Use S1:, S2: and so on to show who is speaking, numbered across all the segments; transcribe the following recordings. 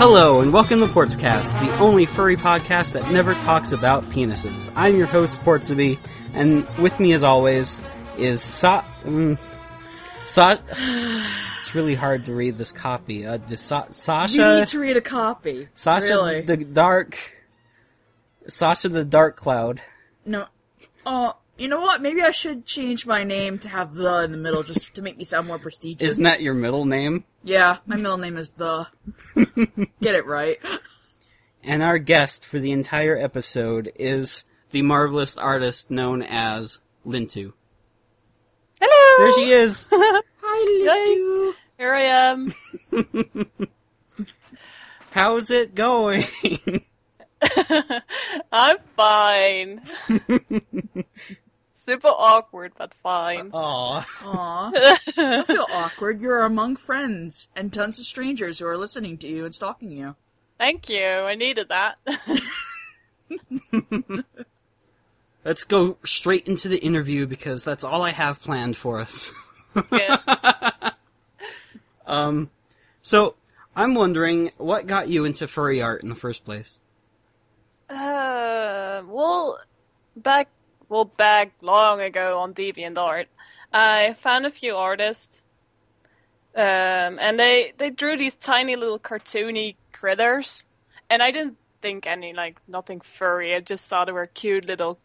S1: Hello, and welcome to Portscast, the only furry podcast that never talks about penises. I'm your host, Portsaby, and with me, as always, is Sa. Mm, Sa. It's really hard to read this copy. Uh, the Sa-
S2: You
S1: Sasha.
S2: need to read a copy.
S1: Sasha
S2: really.
S1: the Dark. Sasha the Dark Cloud.
S2: no. Oh, you know what? Maybe I should change my name to have the in the middle just to make me sound more prestigious.
S1: Isn't that your middle name?
S2: Yeah, my middle name is the. Get it right.
S1: And our guest for the entire episode is the marvelous artist known as Lintu.
S3: Hello.
S1: There she is!
S2: Hi, Lidu.
S3: Here I am.
S1: How's it going?
S3: I'm fine. Super awkward, but
S1: Uh,
S3: fine.
S1: Aw.
S2: Aw. Don't feel awkward. You're among friends and tons of strangers who are listening to you and stalking you.
S3: Thank you. I needed that.
S1: Let's go straight into the interview because that's all I have planned for us.
S3: Good.
S1: So, I'm wondering what got you into furry art in the first place?
S3: Uh, well, back well back long ago on DeviantArt, I found a few artists, um, and they they drew these tiny little cartoony critters, and I didn't think any like nothing furry. I just thought they were cute little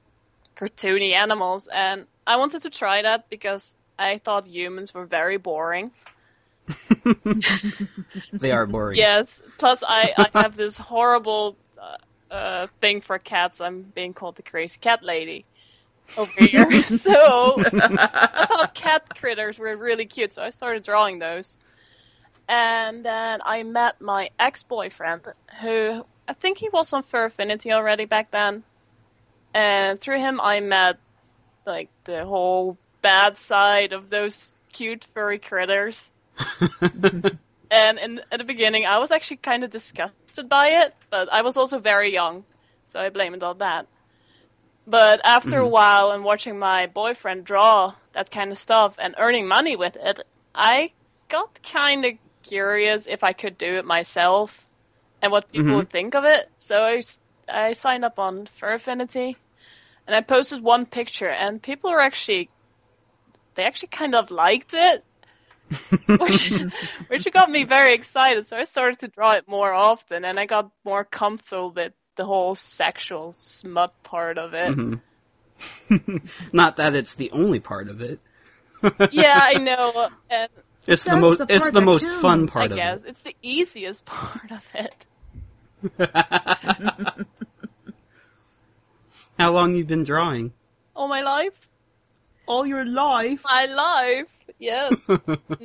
S3: cartoony animals, and I wanted to try that because I thought humans were very boring.
S1: They are boring.
S3: Yes. Plus, I, I have this horrible uh, uh, thing for cats. I'm being called the crazy cat lady over here. so I thought cat critters were really cute, so I started drawing those. And then I met my ex boyfriend, who I think he was on Fur Affinity already back then. And through him, I met like the whole bad side of those cute furry critters. And in, at the beginning, I was actually kind of disgusted by it, but I was also very young, so I blame it on that. But after a while, and watching my boyfriend draw that kind of stuff and earning money with it, I got kind of curious if I could do it myself and what people would think of it. So I, s- I signed up on Fur Affinity, and I posted one picture, and people were actually they actually kind of liked it which which got me very excited. So I started to draw it more often, and I got more comfortable with the whole sexual smut part of it.
S1: Mm-hmm. Not that it's the only part of it.
S3: Yeah, I know, and
S1: It's the
S2: That's
S1: most
S2: the
S1: it's
S2: part
S1: the
S2: that
S1: most fun
S2: counts.
S1: part
S3: I
S1: of
S3: guess
S1: it.
S3: it's the easiest part of it.
S1: How long you've been drawing?
S3: All my life,
S1: All your life.
S3: my life. Yes,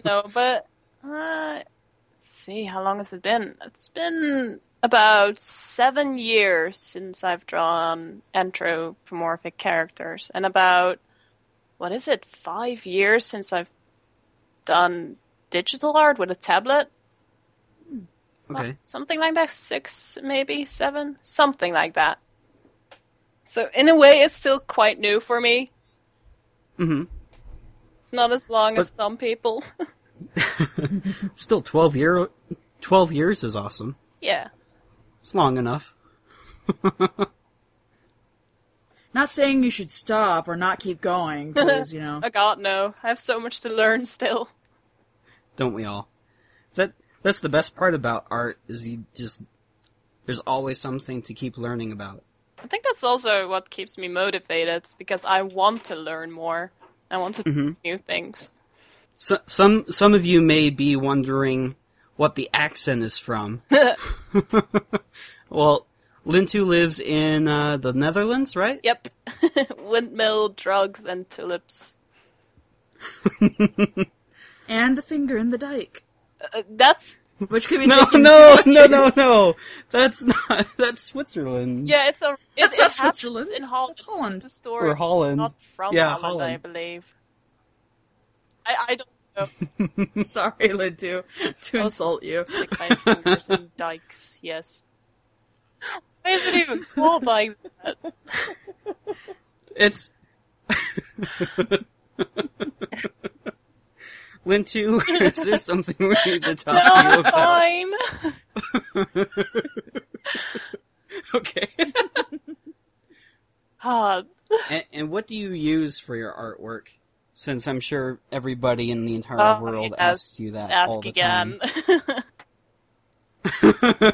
S3: no, but uh, let's see how long has it been? It's been about seven years since I've drawn anthropomorphic characters, and about what is it, five years since I've done digital art with a tablet?
S1: Okay.
S3: Something like that, six, maybe seven, something like that. So, in a way, it's still quite new for me.
S2: Mm-hmm.
S1: Mhm.
S3: It's not as long
S1: But-
S3: as some people.
S1: Still 12 year 12 years is awesome.
S3: yeah.
S1: It's long enough.
S2: Not saying you should stop or not keep going, because, you know.
S3: Oh god, no. I have so much to learn still.
S1: Don't we all? That that's the best part about art is you just there's always something to keep learning about.
S3: I think that's also what keeps me motivated because I want to learn more. I want to
S2: Mm-hmm.
S3: do new things.
S1: So, some some of you may be wondering what the accent is from. well, Lintu lives in uh, the Netherlands, right?
S3: Yep. Windmill, drugs, and tulips.
S2: And the finger in the dike.
S3: Uh, that's.
S2: Which could be
S1: No,
S2: taken
S1: no,
S2: to-
S1: no, no, no. That's not. That's Switzerland.
S3: Yeah, it's a. It's
S2: That's not
S3: it happens
S2: Switzerland.
S3: In Holland.
S2: That's Holland.
S3: The story.
S1: Or Holland.
S3: Not from
S1: yeah,
S3: Holland, I
S1: Holland.
S3: believe. I, I don't know.
S2: Sorry, Lidu, to
S3: I'll
S2: insult you.
S3: Stick my fingers in dikes, yes. Why is it even called like that?
S1: It's Lintu. is there something we need to talk to you
S3: No,
S1: about?
S3: fine.
S1: Okay.
S3: Ah,
S1: and, and what do you use for your artwork? Since I'm sure everybody in the entire
S3: Oh,
S1: world
S3: yes.
S1: asks you that
S3: ask
S1: all the
S3: again.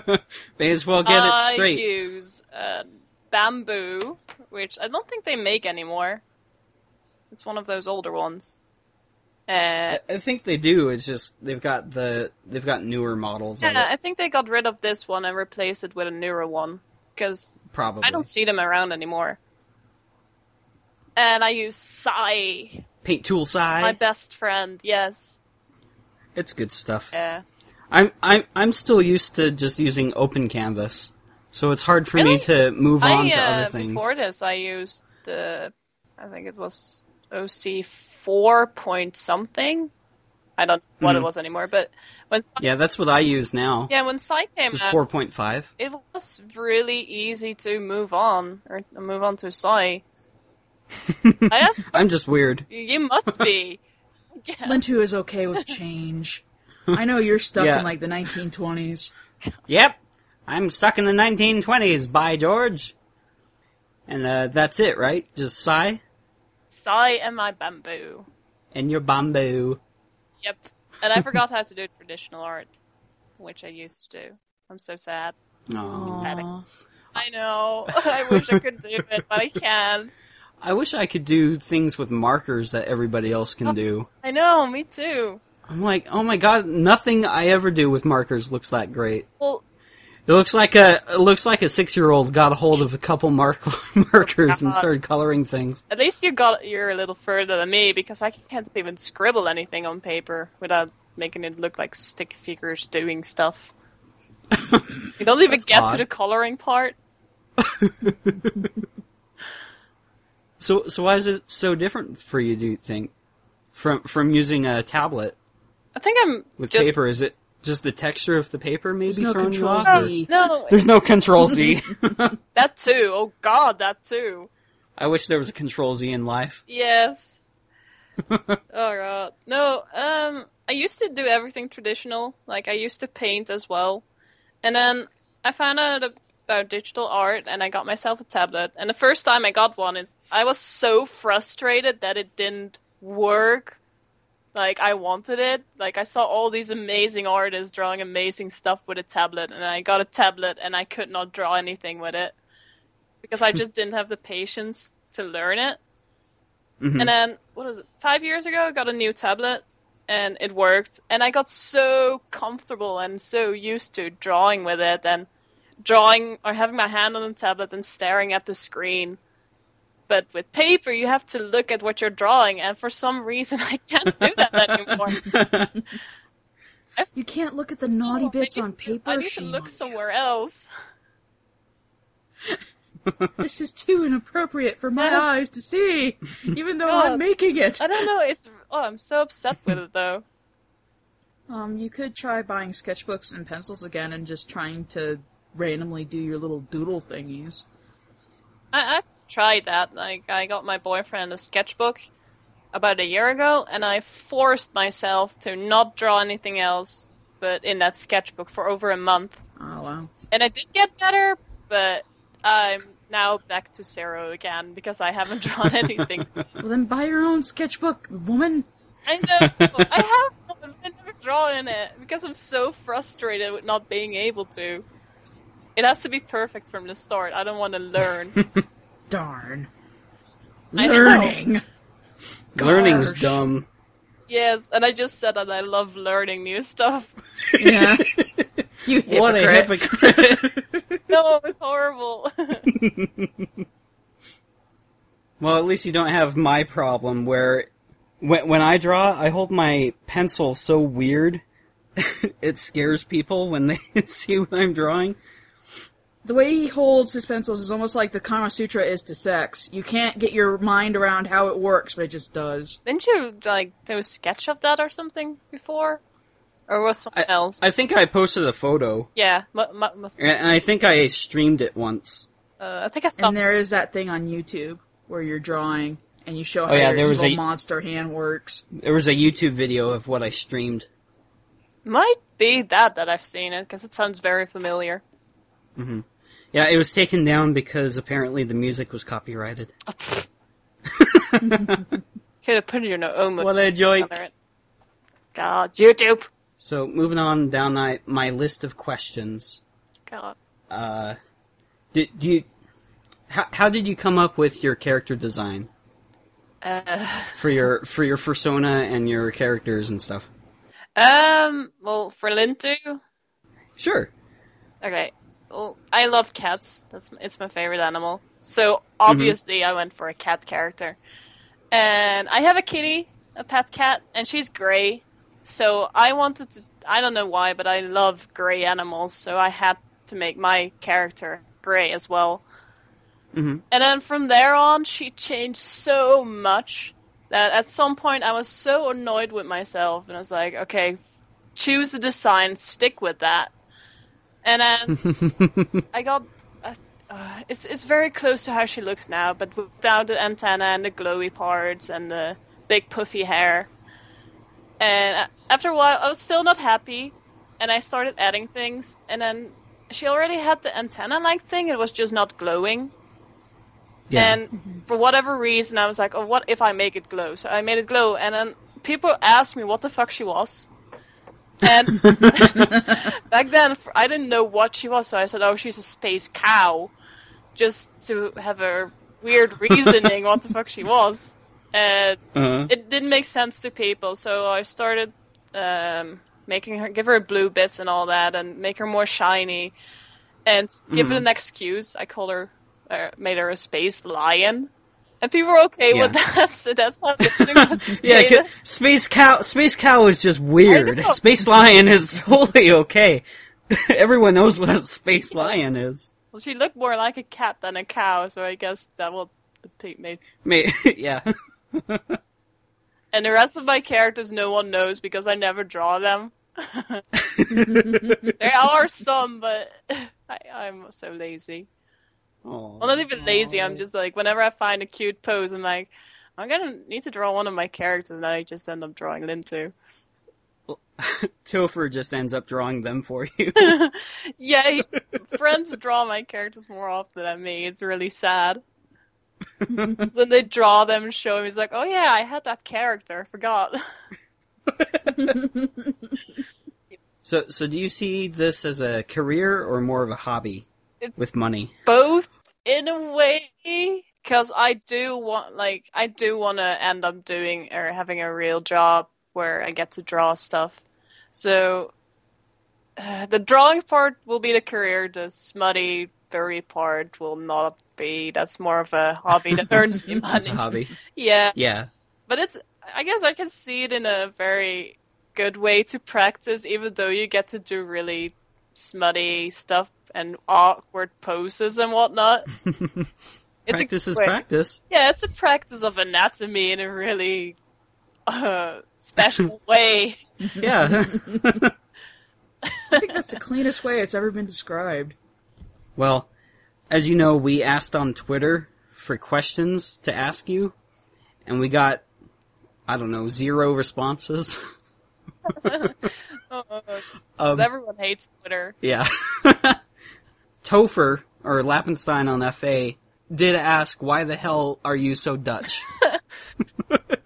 S1: time. May as well get it
S3: I
S1: straight.
S3: use uh, bamboo, which I don't think they make anymore. It's one of those older ones. Uh,
S1: I I think they do. It's just they've got the they've got newer models of
S3: yeah,
S1: it,
S3: I think they got rid of this one and replaced it with a newer one because
S1: probably.
S3: I don't see them around anymore. And I use Sai,
S1: Paint tool
S3: my
S1: side.
S3: best friend. Yes,
S1: It's good stuff.
S3: yeah.
S1: I'm I'm I'm still used to just using open canvas, so it's hard for me
S3: Really?
S1: to move on
S3: I,
S1: to
S3: uh,
S1: other things.
S3: Before this, I used the, I think it was OC four point something. I don't know what
S1: Hmm.
S3: it was anymore, but when Psy- yeah,
S1: Yeah, that's what I use now.
S3: when Psy came
S1: so
S3: out,
S1: four point five.
S3: it was really easy to move on or move on to Psy. I have,
S1: I'm just weird.
S3: you must be. Yeah.
S2: Lintu is okay with change. I know you're stuck
S1: Yeah.
S2: in like the 1920s.
S1: Yep, I'm stuck in the 1920s. By George. And uh, that's it, right? Just sigh
S3: Psy and my bamboo.
S1: and your bamboo.
S3: Yep. And I forgot how to do traditional art, which I used to do. I'm so sad.
S1: Aw.
S2: Aw.
S3: I know. I wish I could do it, but I can't.
S1: I wish I could do things with markers that everybody else
S2: Oh.
S1: can do.
S3: I know, me too.
S1: I'm like, oh my god, nothing I ever do with markers looks that great.
S3: Well,
S1: It looks like a it looks like a six year old got a hold of a couple mark- markers and
S2: Uh-huh.
S3: God.
S1: started coloring things.
S3: at least you got you're a little further than me because I can't even scribble anything on paper without making it look like stick figures doing stuff. you don't even get to
S1: odd.
S3: the coloring part.
S1: So so why is it so different for you? Do you think from from using a tablet
S3: I think I'm
S1: with
S3: just
S1: paper? Is it just the texture of the paper maybe
S2: There's no
S1: throwing you
S2: control
S1: off? or-
S2: Z.
S3: no
S1: There's no control Z.
S3: that too. Oh God, that too.
S1: I wish there was a control Z in life.
S3: Yes. All right. No, um, I used to do everything traditional. Like I used to paint as well, and then I found out about digital art, and I got myself a tablet. And the first time I got one, is I was so frustrated that it didn't work. Like I wanted it. Like I saw all these amazing artists drawing amazing stuff with a tablet, and I got a tablet, and I could not draw anything with it because I just didn't have the patience to learn it. And then what was it? Five years ago, I got a new tablet, and it worked. And I got so comfortable and so used to drawing with it, and drawing or having my hand on the tablet and staring at the screen. But with paper, you have to look at what you're drawing, and for some reason, I can't do that anymore.
S2: You can't look at the naughty bits
S3: Oh, I need
S2: on
S3: to-
S2: paper.
S3: I need to
S2: shame on
S3: look
S2: you.
S3: somewhere else.
S2: This is too inappropriate for my
S3: Yes.
S2: eyes to see, even though
S3: God.
S2: I'm making it.
S3: I don't know. It's oh, I'm so upset with it though.
S2: Um, you could try buying sketchbooks and pencils again and just trying to randomly do your little doodle thingies.
S3: I, I've tried that. Like, I got my boyfriend a sketchbook about a year ago, and I forced myself to not draw anything else but in that sketchbook for over a month.
S2: Oh wow.
S3: And I did get better, but I'm now back to zero again because I haven't drawn anything.
S2: Well then buy your own sketchbook, woman.
S3: I know I have, one, but I never draw in it because I'm so frustrated with not being able to. It has to be perfect from the start. I don't want to learn.
S2: Darn.
S3: I know.
S2: Learning.
S1: Learning's
S2: Gosh.
S1: dumb.
S3: Yes, and I just said that I love learning new stuff.
S2: Yeah. You hypocrite.
S1: What a hypocrite.
S3: No, it's horrible.
S1: Well, at least you don't have my problem where when, when I draw, I hold my pencil so weird it scares people when they see what I'm drawing.
S2: The way he holds his pencils is almost like the Kama Sutra is to sex. You can't get your mind around how it works, but it just does.
S3: Didn't you like do a sketch of that or something before, or was someone else?
S1: I think I posted a photo,
S3: yeah, mu- mu- must-
S1: and and I think I streamed it once.
S3: uh, I think I saw.
S2: And there is that thing on YouTube where you're drawing and you show how
S1: Oh, yeah,
S2: your
S1: there was
S2: evil
S1: a-
S2: monster hand works.
S1: There was a YouTube video of what I streamed.
S3: Might be that that I've seen it because it sounds very familiar.
S1: Yeah, it was taken down because apparently the music was copyrighted.
S3: Could have put it in your own.
S1: What a joke.
S3: color it. God, YouTube.
S1: So moving on down my, my list of questions.
S3: God.
S1: Did do you how, how did you come up with your character design
S3: Uh,
S1: for your for your persona and your characters and stuff?
S3: um. Well, for Lintu,
S1: Sure.
S3: okay. Well, I love cats. That's it's my favorite animal. So obviously, I went for a cat character, and I have a kitty, a pet cat, and she's gray. So I wanted to. I don't know why, but I love gray animals. So I had to make my character gray as well.
S1: Mhm.
S3: And then from there on, she changed so much that at some point I was so annoyed with myself, and I was like, okay, choose a design, stick with that. And then I got. Uh, uh, it's it's very close to how she looks now, but without the antenna and the glowy parts and the big puffy hair. And uh, after a while, I was still not happy, and I started adding things. And then she already had the antenna-like thing; it was just not glowing.
S1: Yeah.
S3: And for whatever reason, I was like, oh, what if I make it glow? So I made it glow. And then people asked me what the fuck she was. And back then, f- I didn't know what she was. So I said, oh, she's a space cow. Just to have a weird reasoning what the fuck she was. And
S1: uh
S3: it didn't make sense to people. So I started um, making her give her blue bits and all that, and make her more shiny, and give
S1: Mm-hmm.
S3: it an excuse. I called her, uh, made her a space lion, and people were okay with
S1: Yeah.
S3: that. So that's how the thing was
S1: Yeah,
S3: made.
S1: ca- space cow. Space cow is just weird.
S3: I know.
S1: Space lion is totally okay. Everyone knows what a space lion is.
S3: Well, she looked more like a cat than a cow, so I guess that will the pe- made.
S1: May- yeah.
S3: And the rest of my characters, no one knows because I never draw them. there are some, but I, I'm so lazy.
S1: Aw.
S3: Well, not even lazy. I'm just like, whenever I find a cute pose, I'm like, I'm gonna need to draw one of my characters, and I just end up drawing Lintu.
S1: Topher just ends up drawing them for you.
S3: Yeah, he- friends draw my characters more often than me. It's really sad. then they draw them and show him. He's like, "Oh yeah, I had that character. I forgot."
S1: so, so do you see this as a career or more of a hobby
S3: It-
S1: with money?
S3: Both in a way, because I do want, like, I do want to end up doing or having a real job where I get to draw stuff. So uh, the drawing part will be the career. The smutty, furry part will not be. That's more of a hobby that earns me
S1: It's
S3: money.
S1: a hobby.
S3: Yeah,
S1: Yeah.
S3: but it's. I guess I can see it in a very good way to practice, even though you get to do really smutty stuff and awkward poses and whatnot. it's
S1: practice
S3: a
S1: is
S3: way-
S1: practice.
S3: Yeah, it's a practice of anatomy in a really uh, special way.
S1: Yeah.
S2: I think that's the cleanest way it's ever been described.
S1: Well, as you know, we asked on Twitter for questions to ask you, and we got, I don't know, zero responses. Um,
S3: Because everyone hates Twitter.
S1: yeah. Topher, or Lappenstein on FA, did ask, why the hell are you so Dutch?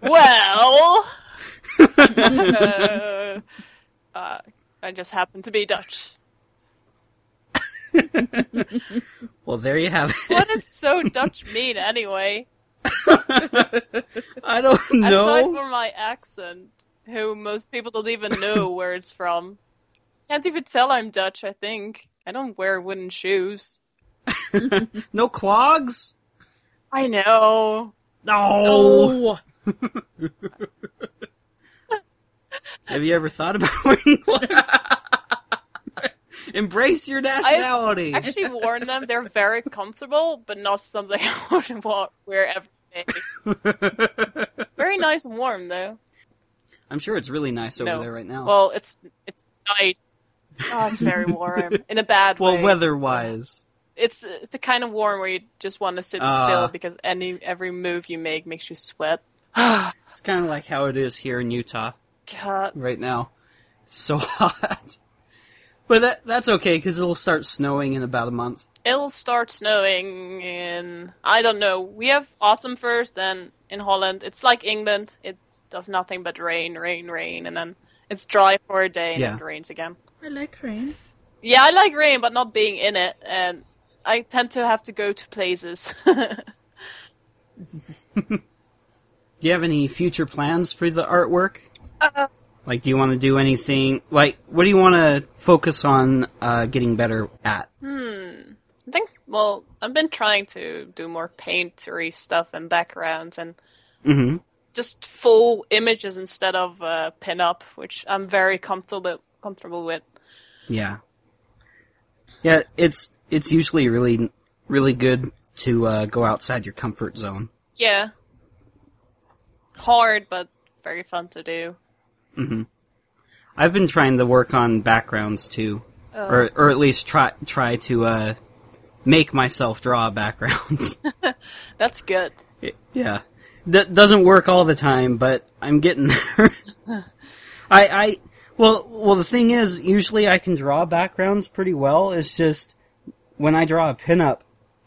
S3: Well, uh, uh, I just happen to be Dutch.
S1: well, there you have it.
S3: What does so Dutch mean anyway?
S1: I don't
S3: Aside
S1: know.
S3: from my accent, who most people don't even know where it's from. Can't even tell I'm Dutch, I think. I don't wear wooden shoes.
S1: No clogs?
S3: I know.
S1: No. Have you ever thought about wearing clogs? Embrace your nationality.
S3: Actually worn them. They're very comfortable, but not something I would wa- wear every day. Very nice and warm though.
S1: I'm sure it's really nice over
S3: No.
S1: there right now.
S3: Well, it's it's nice. Oh, it's very warm in a bad
S1: Well,
S3: way.
S1: weather-wise,
S3: it's it's the kind of warm where you just want to sit
S1: Ah.
S3: still because any every move you make makes you sweat.
S1: it's kind of like how it is here in Utah
S3: God.
S1: right now. so hot. But that that's okay because it'll start snowing in about a month.
S3: It'll start snowing in I don't know. We have autumn first, then in Holland it's like England. It does nothing but rain, rain, rain, and then it's dry for a day and
S1: Yeah.
S3: then it rains again.
S2: I like rain.
S3: Yeah, I like rain, but not being in it, and I tend to have to go to places.
S1: Do you have any future plans for the artwork? like, do you want to do anything? Like, what do you want to focus on uh, getting better at?
S3: I think well, I've been trying to do more paintery stuff and backgrounds and just full images instead of uh, pinup, which I'm very comfortable comfortable with.
S1: Yeah, yeah. It's it's usually really really good to uh, go outside your comfort zone.
S3: Yeah, hard but very fun to do.
S1: I've been trying to work on backgrounds too, or or at least try try to uh, make myself draw backgrounds.
S3: That's good.
S1: yeah, that doesn't work all the time, but I'm getting there. I I well well the thing is, usually I can draw backgrounds pretty well. It's just when I draw a pinup,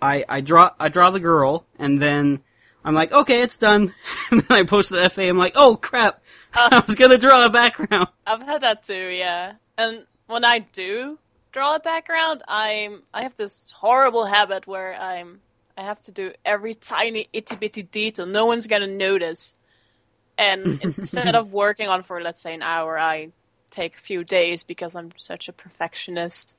S1: I I draw I draw the girl, and then I'm like, okay, it's done. and then I post to the FA. I'm like, oh crap, I was gonna draw a background.
S3: I've had that too, yeah. And when I do draw a background, I'm I have this horrible habit where I'm I have to do every tiny itty bitty detail. No one's gonna notice. And instead of working on for let's say an hour, I take a few days because I'm such a perfectionist.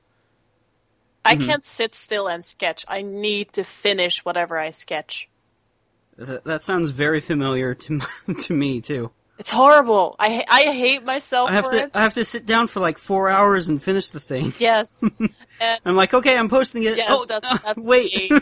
S3: I can't sit still and sketch. I need to finish whatever I sketch.
S1: Th- that sounds very familiar to m- to me too.
S3: It's horrible. I ha- I hate myself
S1: I have
S3: for
S1: to
S3: it.
S1: I have to sit down for like four hours and finish the thing.
S3: Yes. and
S1: I'm like, okay, I'm posting it.
S3: Yes,
S1: oh,
S3: that's-
S1: uh,
S3: that's
S1: wait,
S3: me.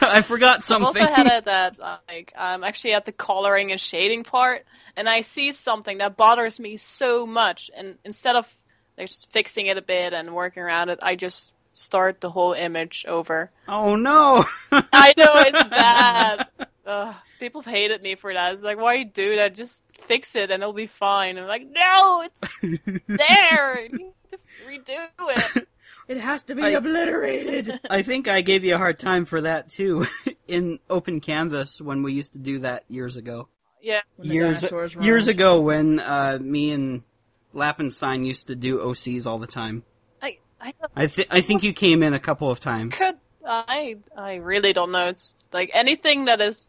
S1: I forgot
S3: I've
S1: something.
S3: also had it that like I'm actually at the coloring and shading part, and I see something that bothers me so much, and instead of like, just fixing it a bit and working around it, I just start the whole image over.
S1: oh no!
S3: I know it's bad. Ugh, people have hated me for that. It's like, why you do that? Just fix it and it'll be fine. I'm like, no, it's there. You need to redo it.
S2: It has to be
S1: I-
S2: obliterated.
S1: I think I gave you a hard time for that too in Open Canvas when we used to do that years ago.
S3: Yeah.
S2: the
S1: Years
S2: dinosaurs roamed.
S1: years ago when uh, me and Lappenstein used to do OCs all the time.
S3: I, I
S1: I th- I think you came in a couple of times.
S3: could I I really don't know. It's like anything that is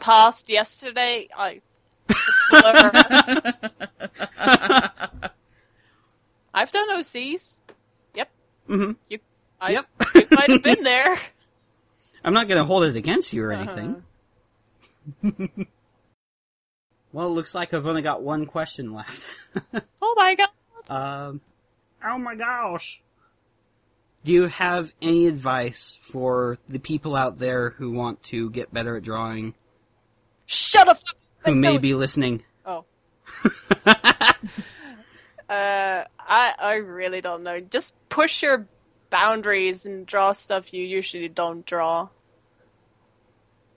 S3: past yesterday, I I've done OCs. Yep.
S1: Mhm.
S3: You I
S1: Yep.
S3: you might have been there.
S1: I'm not going to hold it against you or anything.
S3: Uh-huh.
S1: well, it looks like I've only got one question left.
S3: Oh my god.
S1: um, oh my gosh. Do you have any advice for the people out there who want to get better at drawing,
S3: Shut up.
S1: who may be listening?
S3: Oh. uh, I I really don't know. Just push your boundaries and draw stuff you usually don't draw.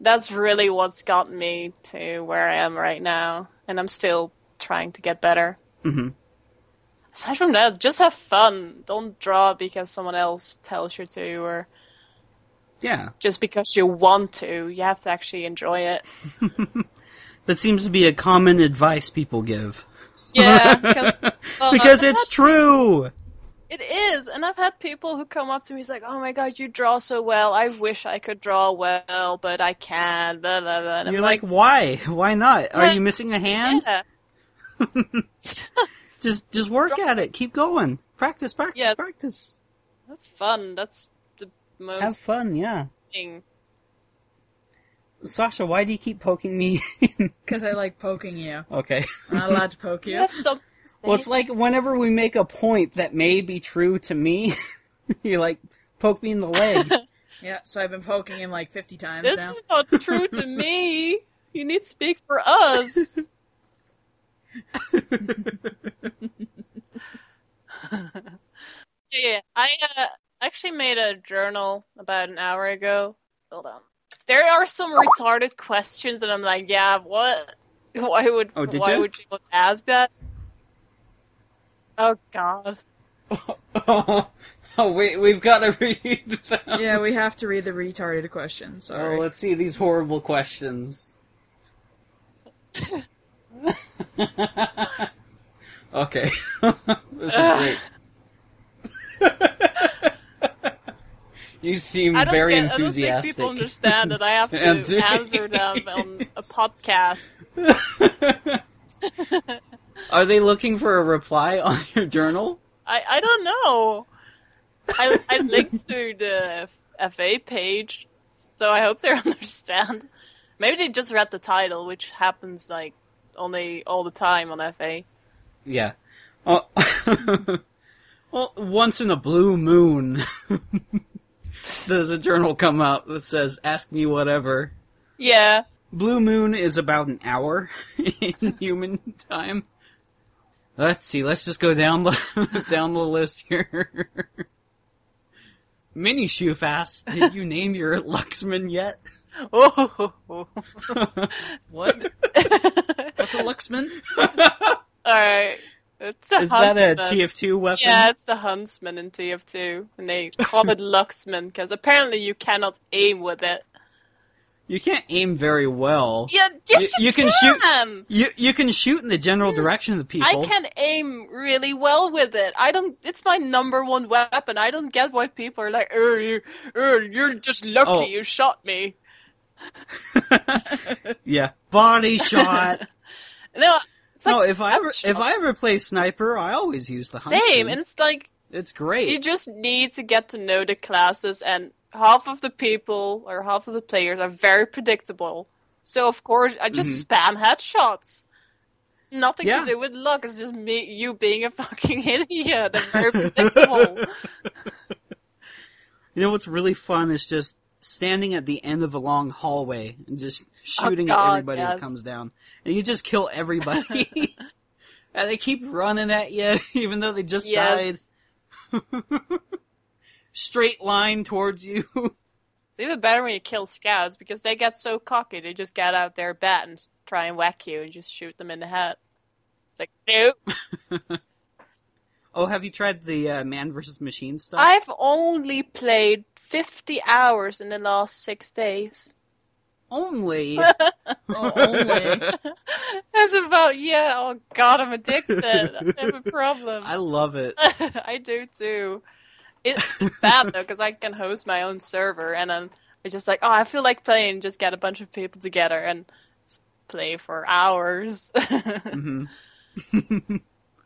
S3: That's really what's got me to where I am right now, and I'm still trying to get better. Mm-hmm. Aside from that, just have fun. Don't draw because someone else tells you to, or
S1: Yeah,
S3: just because you want to. You have to actually enjoy it.
S1: that seems to be a common advice people give.
S3: Yeah, because
S1: Because it's true!
S3: It is, and I've had people who come up to me. He's like, "Oh my god, you draw so well. I wish I could draw well, but I can." Blah, blah, blah. And
S1: You're
S3: I'm
S1: like,
S3: like,
S1: why? Why not? Are
S3: Yeah.
S1: you missing a hand?
S3: yeah,
S1: Just just work at it. Keep going. Practice, practice,
S3: Yes.
S1: practice.
S3: have fun. That's the most
S1: Have fun, yeah.
S3: thing.
S1: Sasha, why do you keep poking me?
S2: Because I like poking you.
S1: okay.
S2: I'm not allowed to poke you.
S3: You have something. to say.
S1: Well, it's like whenever we make a point that may be true to me, you like poke me in the leg.
S2: Yeah, so I've been poking him like 50 times
S3: this
S2: now.
S3: is not true to me. You need to speak for us. yeah, I uh, actually made a journal about an hour ago. Hold on. There are some retarded questions, and I'm like, yeah, what? Why would?
S1: Oh, did
S3: why
S1: you?
S3: would you ask that? Oh God.
S1: oh, wait, we've got to read them.
S2: Yeah, we have to read the retarded question. Sorry.
S1: Oh, let's see these horrible questions. okay. this is great. you seem
S3: I don't
S1: very
S3: get, I don't think
S1: enthusiastic.
S3: people understand that I have to
S1: Answer.
S3: answer, them on a podcast.
S1: Are they looking for a reply on your journal?
S3: I, I don't know. I I linked to the FA page, so I hope they understand. Maybe they just read the title, which happens like only all the time on FA.
S1: Yeah. Oh, well, once in a blue moon, does a journal come out that says, Ask me whatever.
S3: Yeah.
S1: Blue moon is about an hour in human time. Let's see. Let's just go down the down the list here. Mini shoe fast. Did you name your Luxman yet?
S3: Oh. what?
S2: What's a Luxman?
S3: all right. It's the
S1: Is
S3: huntsman.
S1: that a TF2 weapon?
S3: Yeah, it's the huntsman in TF2, and they call it Luxman because apparently you cannot aim with it.
S1: You can't aim very well.
S3: Yeah, yes,
S1: You-
S3: you,
S1: you can
S3: can.
S1: shoot- You you can shoot in the general direction of the
S3: Mm. I
S1: people.
S3: can aim really well with it. I don't. It's my number one weapon. I don't get why people are like, "Oh, you, oh, you're just lucky
S1: Oh.
S3: you shot me."
S1: Yeah. Body shot.
S3: No, it's like
S1: no, if I
S3: that's
S1: ever,
S3: shots.
S1: if I ever play sniper, I always use the huntsman.
S3: same, and it's like
S1: it's great.
S3: you just need to get to know the classes, and half of the people or half of the players are very predictable. So of course, I just spam headshots. Nothing
S1: Mm-hmm. Yeah.
S3: to do with luck. It's just me, you being a fucking idiot. They're very predictable.
S1: You know what's really fun is just standing at the end of a long hallway and just shooting at
S3: Oh, God,
S1: everybody that
S3: yes.
S1: comes down. And you just kill everybody. and they keep running at you, even though they just died.
S3: yes.
S1: Straight line towards you.
S3: It's even better when you kill scouts because they get so cocky. They just get out their bat and s- try and whack you and just shoot them in the head. It's like, nope.
S1: oh, have you tried the uh, man versus machine stuff?
S3: I've only played 50 hours in the last six days.
S1: Only.
S2: Oh, only.
S3: That's about, yeah, oh god, I'm addicted. I have a problem.
S1: I love it.
S3: I do too. It- It's bad though because I can host my own server, and then it's just like, oh, I feel like playing. Just get a bunch of people together and s- play for hours.
S1: Mm-hmm.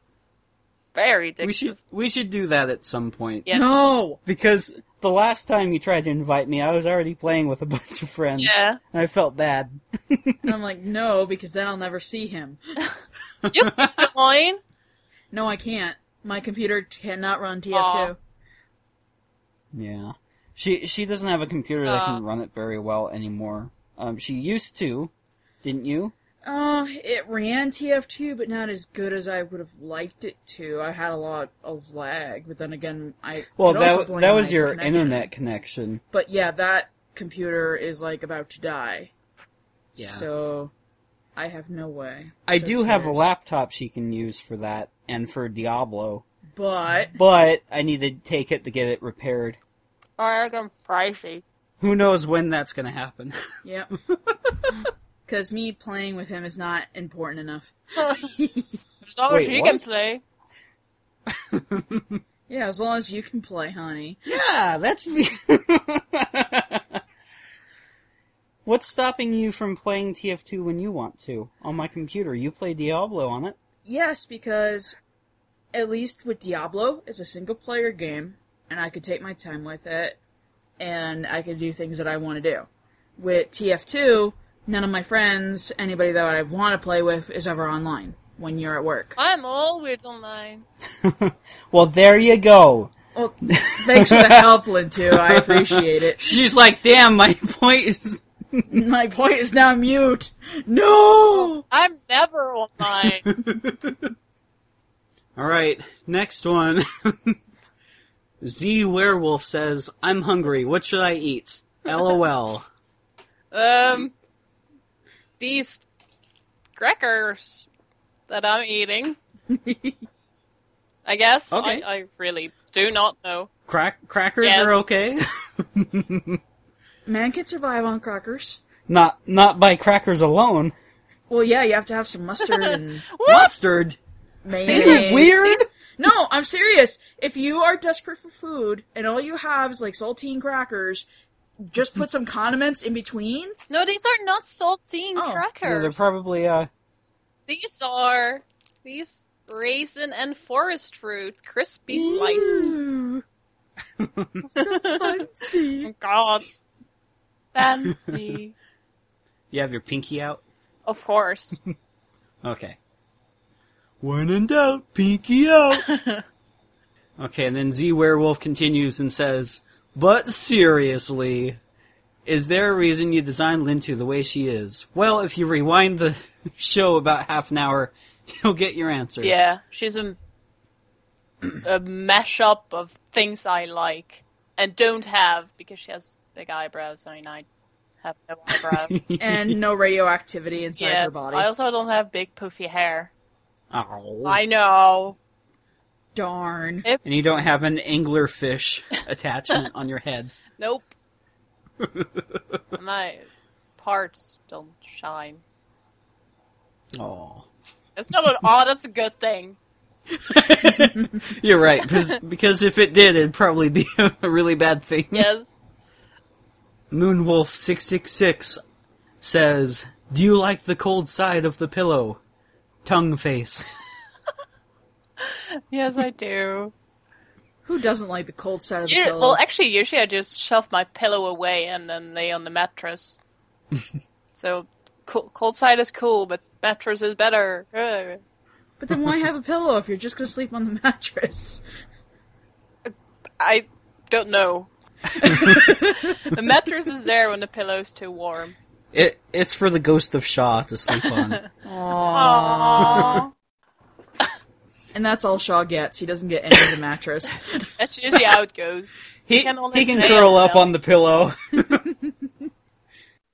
S3: Very addictive.
S1: We should we should do that at some point.
S3: Yeah.
S2: No.
S1: Because the last time you tried to invite me, I was already playing with a bunch of friends.
S3: Yeah.
S1: And I felt bad.
S2: And I'm like, no, because then I'll never see him.
S3: You can join.
S2: No, I can't. My computer cannot run TF2.
S3: Aw.
S1: Yeah. She she doesn't have a computer that
S3: Uh.
S1: can run it very well anymore. Um, she used to, didn't you?
S2: Uh, it ran TF2, but not as good as I would have liked it to. I had a lot of lag, but then again, I
S1: Well,
S2: could also
S1: that
S2: blame
S1: that was
S2: my
S1: your
S2: connection.
S1: internet connection.
S2: But yeah, that computer is like about to die. So I have no way.
S1: I
S2: So
S1: do
S2: it's
S1: have a
S2: hers.
S1: laptop she can use for that and for Diablo,
S2: But
S1: but I need to take it to get it repaired.
S3: Or I can pricey.
S1: Who knows when that's going to happen?
S2: yeah. Cuz me playing with him is not important enough.
S3: As long
S1: Wait,
S3: as he
S1: what?
S3: can play.
S2: Yeah, as long as you can play, honey.
S1: yeah, that's me. What's stopping you from playing TF2 when you want to on my computer? You play Diablo on it.
S2: Yes, because at least with Diablo, it's a single player game, and I could take my time with it, and I could do things that I want to do. With TF2, none of my friends, anybody that I want to play with, is ever online when you're at work.
S3: I'm always online.
S1: Well, there you go.
S2: Well, thanks for the help, Lintu. I appreciate it.
S1: She's like, damn, my point is.
S2: My point is now mute.
S1: Oh.
S2: No!
S3: I'm never online.
S1: Alright, next one. Z Werewolf says, I'm hungry. What should I eat? LOL.
S3: um, these crackers that I'm eating. I guess.
S1: Okay.
S3: I, I really do not know.
S1: Crack crackers
S3: Yes.
S1: are okay.
S2: Man can survive on crackers.
S1: not not by crackers alone.
S2: Well, yeah, you have to have some mustard and
S3: What?
S1: Mustard.
S2: mayonnaise.
S1: These are weird.
S2: No, I'm serious. If you are desperate for food and all you have is like saltine crackers, just put some condiments in between.
S3: No, these are not saltine
S2: Oh.
S3: crackers.
S1: Yeah, they're probably uh
S3: These are these raisin and forest fruit crispy slices.
S2: so fancy.
S3: Oh, God, fancy.
S1: you have your pinky out.
S3: of course.
S1: Okay. When in doubt, pinky out. okay, and then Z Werewolf continues and says, But seriously, is there a reason you designed Lintu the way she is? Well, if you rewind the show about half an hour, you'll get your answer.
S3: Yeah, she's a a mashup of things I like and don't have because she has big eyebrows and I have no eyebrows.
S2: and no radioactivity inside your
S3: yes,
S2: body.
S3: I also don't have big poofy hair.
S1: Ow.
S3: I know.
S2: Darn.
S1: and you don't have an anglerfish attachment on your head.
S3: Nope. My parts don't shine.
S1: Oh.
S3: It's not an odd. That's a good thing.
S1: You're right, 'cause- because if it did, it'd probably be a really bad thing.
S3: Yes.
S1: Moonwolf666 says, Do you like the cold side of the pillow? Tongue face.
S3: Yes, I do.
S2: Who doesn't like the cold side of the
S3: Yeah,
S2: pillow?
S3: well, actually, usually I just shove my pillow away and then lay on the mattress. so, co- cold side is cool, but mattress is better. Uh, Ugh.
S2: but then why have a pillow if you're just going to sleep on the mattress?
S3: I don't know. the mattress is there when the pillow's too warm.
S1: It it's for the ghost of Shaw to sleep on.
S3: Aww.
S2: And that's all Shaw gets. He doesn't get any of the mattress.
S3: That's usually how it goes.
S1: he
S3: can only
S1: he can
S3: play
S1: curl
S3: himself.
S1: up on the pillow.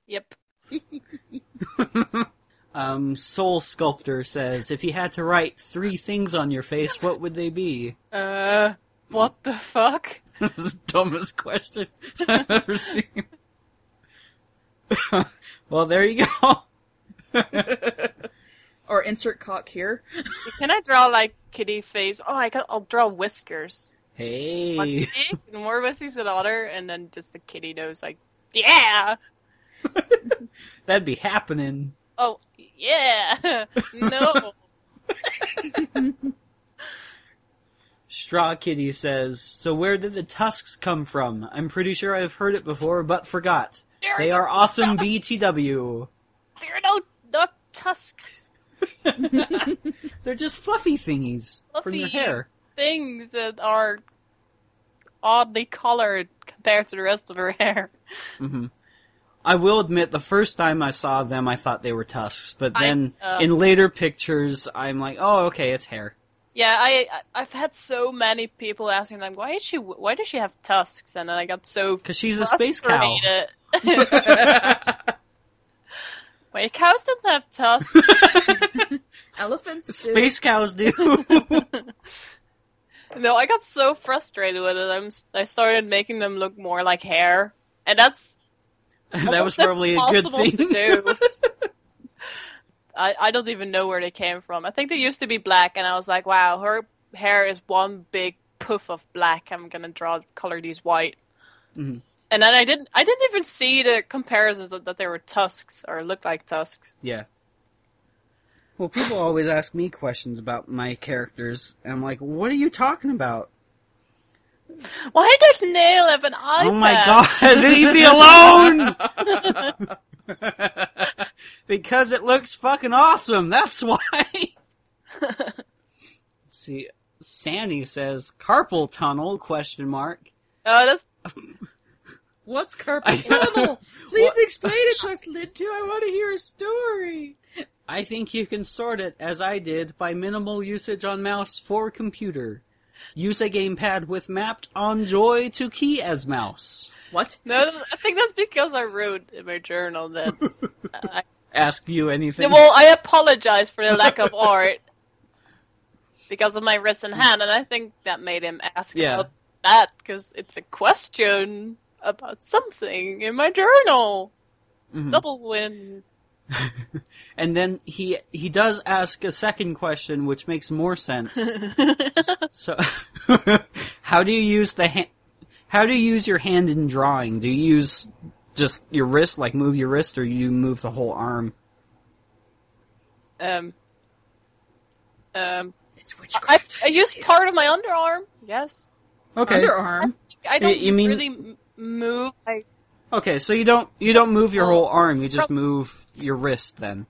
S3: Yep.
S1: Um, Soul Sculptor says, If you had to write three things on your face, what would they be?
S3: Uh, what the fuck?
S1: this is the dumbest question I've ever seen. well, there you go.
S2: or insert cock here.
S3: Can I draw like kitty face? Oh, I can, I'll draw whiskers. One
S1: Hey.
S3: cheek, and more whiskers than other, and then just the kitty nose. Like, yeah.
S1: That'd be happening.
S3: Oh, yeah. no.
S1: Straw Kitty says, So where did the tusks come from? I'm pretty sure I've heard it before, but forgot.
S3: They're
S1: They are awesome
S3: tusks.
S1: BTW.
S3: There are no, not tusks.
S1: They're just fluffy thingies from your
S3: Fluffy.
S1: hair.
S3: Things that are oddly colored compared to the rest of her hair.
S1: I will admit, the first time I saw them, I thought they were tusks, but
S3: I-
S1: then
S3: uh,
S1: in later pictures, I'm like, oh, okay, it's hair.
S3: Yeah, I I- I've had so many people asking like, why is she why does she have tusks? And then I got so
S1: Because she's a space cow.
S3: frustrated. Wait, cows don't have tusks.
S2: Elephants. do.
S1: Space cows do.
S3: No, I got so frustrated with it. I'm, si started making them look more like hair, and that's
S1: that was
S3: almost
S1: probably a good
S3: impossible
S1: thing.
S3: to do. I I don't even know where they came from. I think they used to be black, and I was like, wow, her hair is one big poof of black. I'm gonna draw color these white.
S1: Mhm.
S3: And then I didn't. I didn't even see the comparisons that, that they were tusks or looked like tusks.
S1: Yeah. Well, people always ask me questions about my characters, and I'm like, what are you talking about?
S3: Why does Nail have an eye?
S1: oh my god, leave me alone! because it looks fucking awesome, that's why. Let's see, Sandy says, carpal tunnel, question mark.
S3: Oh, that's
S2: What's
S1: I
S2: carpal
S1: don't-
S2: tunnel? Please
S1: What-
S2: explain it to us, Lintu. I want to hear a story.
S1: I think you can sort it, as I did, by minimal usage on mouse for computer. Use a gamepad with mapped on joy to key as mouse.
S2: What?
S3: no. I think that's because I wrote in my journal that
S1: Ask you
S3: Yeah,
S1: anything.
S3: well, I apologize for the lack of art. because of my wrist and hand, and I think that made him ask
S1: Yeah.
S3: about that because it's a question about something in my journal.
S1: Mhm.
S3: Double win.
S1: And then he he does ask a second question, which makes more sense. so, how do you use the hand? How do you use your hand in drawing? Do you use just your wrist, like move your wrist, or you move the whole arm?
S3: Um, um,
S2: It's
S3: I,
S2: witchcraft.
S3: I used part of my underarm. Yes,
S1: Okay.
S2: Underarm.
S3: I don't
S1: you mean-
S3: really m- move. I,
S1: Okay, so you don't you don't move
S3: Oh.
S1: your whole arm. You just
S3: Prob-
S1: move your wrist, then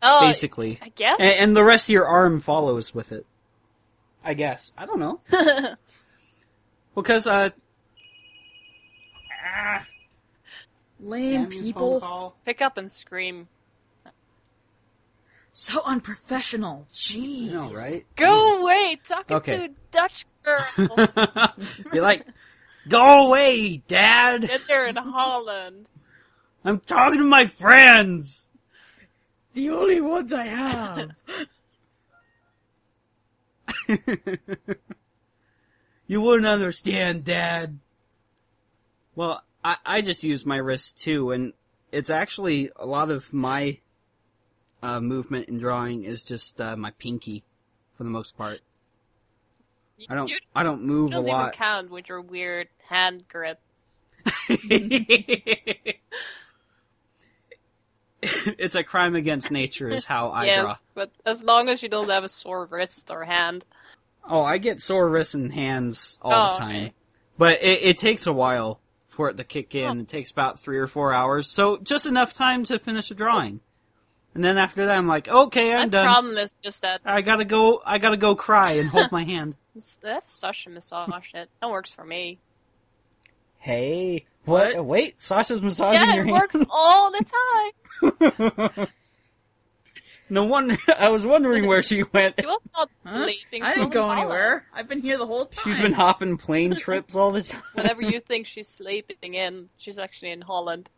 S3: oh,
S1: basically,
S3: I guess.
S1: A- and, the rest of your arm follows with it. I guess I don't know because uh,
S2: Lame people.
S3: Pick up and scream.
S2: So unprofessional. Jeez.
S1: No, right?
S3: Go away, talking
S1: Mm-hmm. Okay.
S3: to a Dutch girl.
S1: You're like, go away, Dad.
S3: Get there in Holland.
S1: I'm talking to my friends.
S2: The only ones I have.
S1: You wouldn't understand, Dad. Well, I, I just use my wrist too, and it's actually a lot of my uh, movement and drawing is just uh, my pinky, for the most part. I don't
S3: You
S1: I don't move
S3: don't
S1: a
S3: even
S1: lot.
S3: count with your weird hand grip.
S1: it's a crime against nature, is how I
S3: yes,
S1: draw.
S3: but as long as you don't have a sore wrist or hand.
S1: Oh, I get sore wrists and hands all
S3: Oh,
S1: the time.
S3: okay.
S1: But it, it takes a while for it to kick in. It takes about three or four hours. So just enough time to finish a drawing. And then after that, I'm like, okay, I'm
S3: My
S1: done.
S3: problem is just that
S1: I gotta go, I gotta go cry and hold my hand.
S3: I have such a massage it. That works for me.
S1: Hey. What? Wait, Sasha's massaging
S3: yeah,
S1: your
S3: it
S1: hand.
S3: works all the time.
S1: No wonder, I was wondering where she went.
S3: She was not
S2: Huh?
S3: sleeping.
S2: I
S3: she
S2: didn't
S3: was
S2: go
S3: in Holland.
S2: anywhere. I've been here the whole time.
S1: She's been hopping plane trips all the time.
S3: Whenever you think she's sleeping in, she's actually in Holland.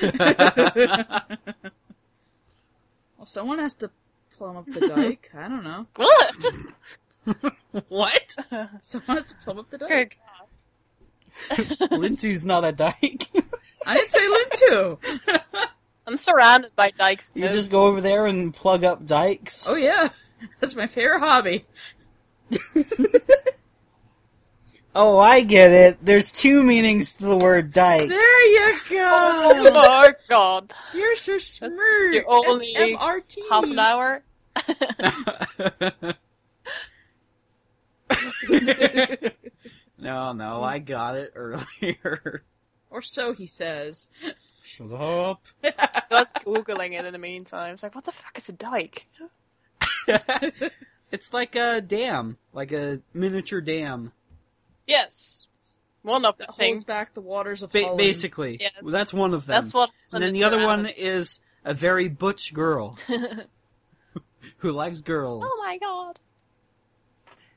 S2: Well, someone has to plumb up the dike. I don't know.
S3: What?
S1: What?
S2: Someone has to plumb up the dike.
S3: Good God.
S1: Lintu's not a dyke.
S2: I didn't say Lintu.
S3: I'm surrounded by dykes.
S1: you
S3: though.
S1: just go over there and plug up dykes.
S2: Oh yeah, that's my favorite hobby.
S1: Oh, I get it. There's two meanings to the word dyke.
S2: There you
S3: Oh
S2: go.
S3: my god.
S2: You're so smart.
S3: your only
S2: SMRT.
S3: Half an hour?
S1: no, no, I got it earlier.
S2: or so he says.
S1: Shut up.
S3: I was googling it in the meantime. It's like, what the fuck is a dyke?
S1: It's like a dam, like a miniature dam,
S3: Yes. One of the
S2: That holds
S3: things.
S2: back the waters of
S1: ba-
S2: Holland.
S1: basically.
S3: Yeah.
S1: Well, that's one of them.
S3: That's what.
S1: And then the other one is a very butch girl who likes girls.
S3: Oh my god.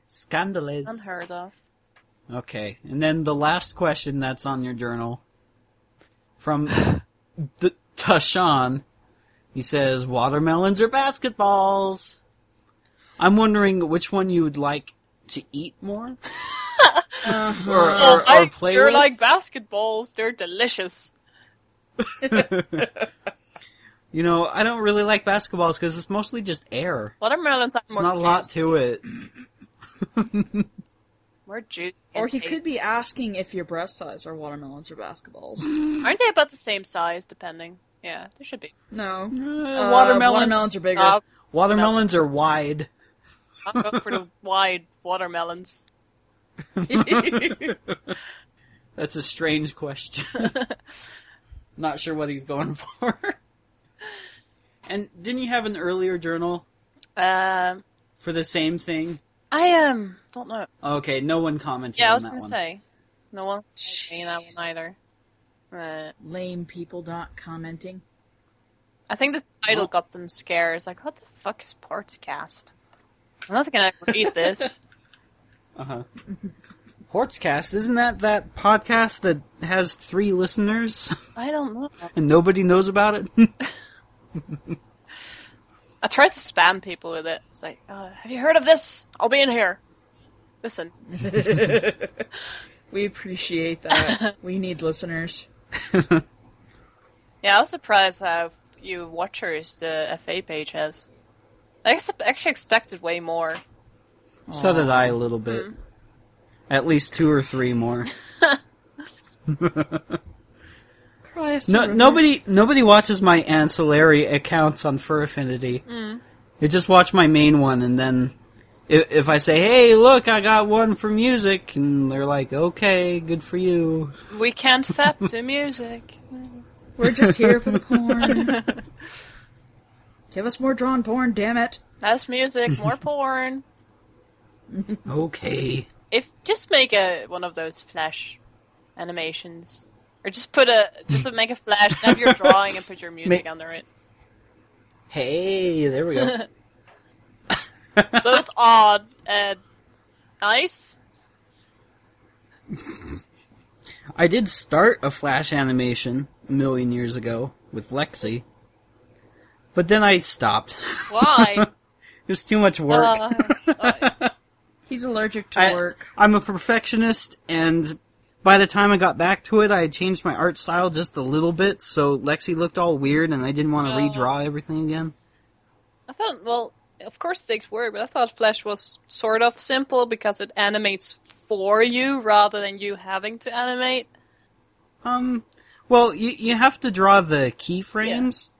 S1: Scandalous.
S3: Unheard of.
S1: Okay, and then the last question that's on your journal from the Tashan. He says, "Watermelons or basketballs?" I'm wondering which one you would like to eat more, Uh-huh. or, or, or
S3: I
S1: play
S3: sure
S1: with.
S3: like basketballs. They're delicious.
S1: you know, I don't really like basketballs because it's mostly just air.
S3: Watermelons are
S1: It's
S3: more
S1: not a lot
S3: juice-
S1: to it.
S3: More juice.
S2: Or he could be asking if your breast size are watermelons or basketballs.
S3: Aren't they about the same size, depending? Yeah, they should be.
S2: No.
S1: Uh,
S2: Uh,
S1: watermelon.
S2: watermelons are bigger.
S3: I'll,
S1: watermelons are wide.
S3: I'll go for the wide watermelons.
S1: That's a strange question. Not sure what he's going for. and didn't you have an earlier journal
S3: Um,
S1: for the same thing?
S3: I um don't know.
S1: Okay, no one commented
S3: Yeah,
S1: on
S3: I was
S1: that
S3: gonna
S1: one.
S3: say no one saying that
S2: Jeez.
S3: one either. Uh,
S2: Lame people not commenting.
S3: I think the title
S1: Well-
S3: got them scared. It's like, what the fuck is Portscast? I'm not gonna read this.
S1: Uh-huh. Hortzcast, isn't that that podcast that has three listeners
S3: I don't know.
S1: and nobody knows about it?
S3: I tried to spam people with it. It's like, uh, have you heard of this? I'll be in here. Listen,
S2: We appreciate that. we need listeners.
S3: yeah, I was surprised how few watchers the FA page has. I ex- actually expected way more.
S1: So did I a little bit.
S3: Mm-hmm.
S1: At least two or three more.
S2: Christ,
S1: No,
S2: River.
S1: nobody, nobody watches my ancillary accounts on Fur Affinity. They just watch my main one, and then if, if I say, "Hey, look, I got one for music," and they're like, "Okay, good for you."
S3: We can't fap to music.
S2: We're just here for the porn. Give us more drawn porn, damn it.
S3: Less music, more porn.
S1: Okay.
S3: If just make a one of those flash animations, or just put a just make a flash and have your drawing and put your music
S1: Ma-
S3: under it.
S1: Hey, there we go.
S3: Both odd and nice.
S1: I did start a Flash animation a million years ago with Lexi, but then I stopped.
S3: Why?
S1: It was too much work.
S3: Uh,
S2: He's allergic to work.
S1: I, am a perfectionist, and by the time I got back to it, I had changed my art style just a little bit, so Lexi looked all weird, and I didn't want to
S3: Oh.
S1: redraw everything again.
S3: I thought, well, of course it takes work, but I thought Flash was sort of simple because it animates for you rather than you having to animate.
S1: Um, well, you you have to draw the keyframes,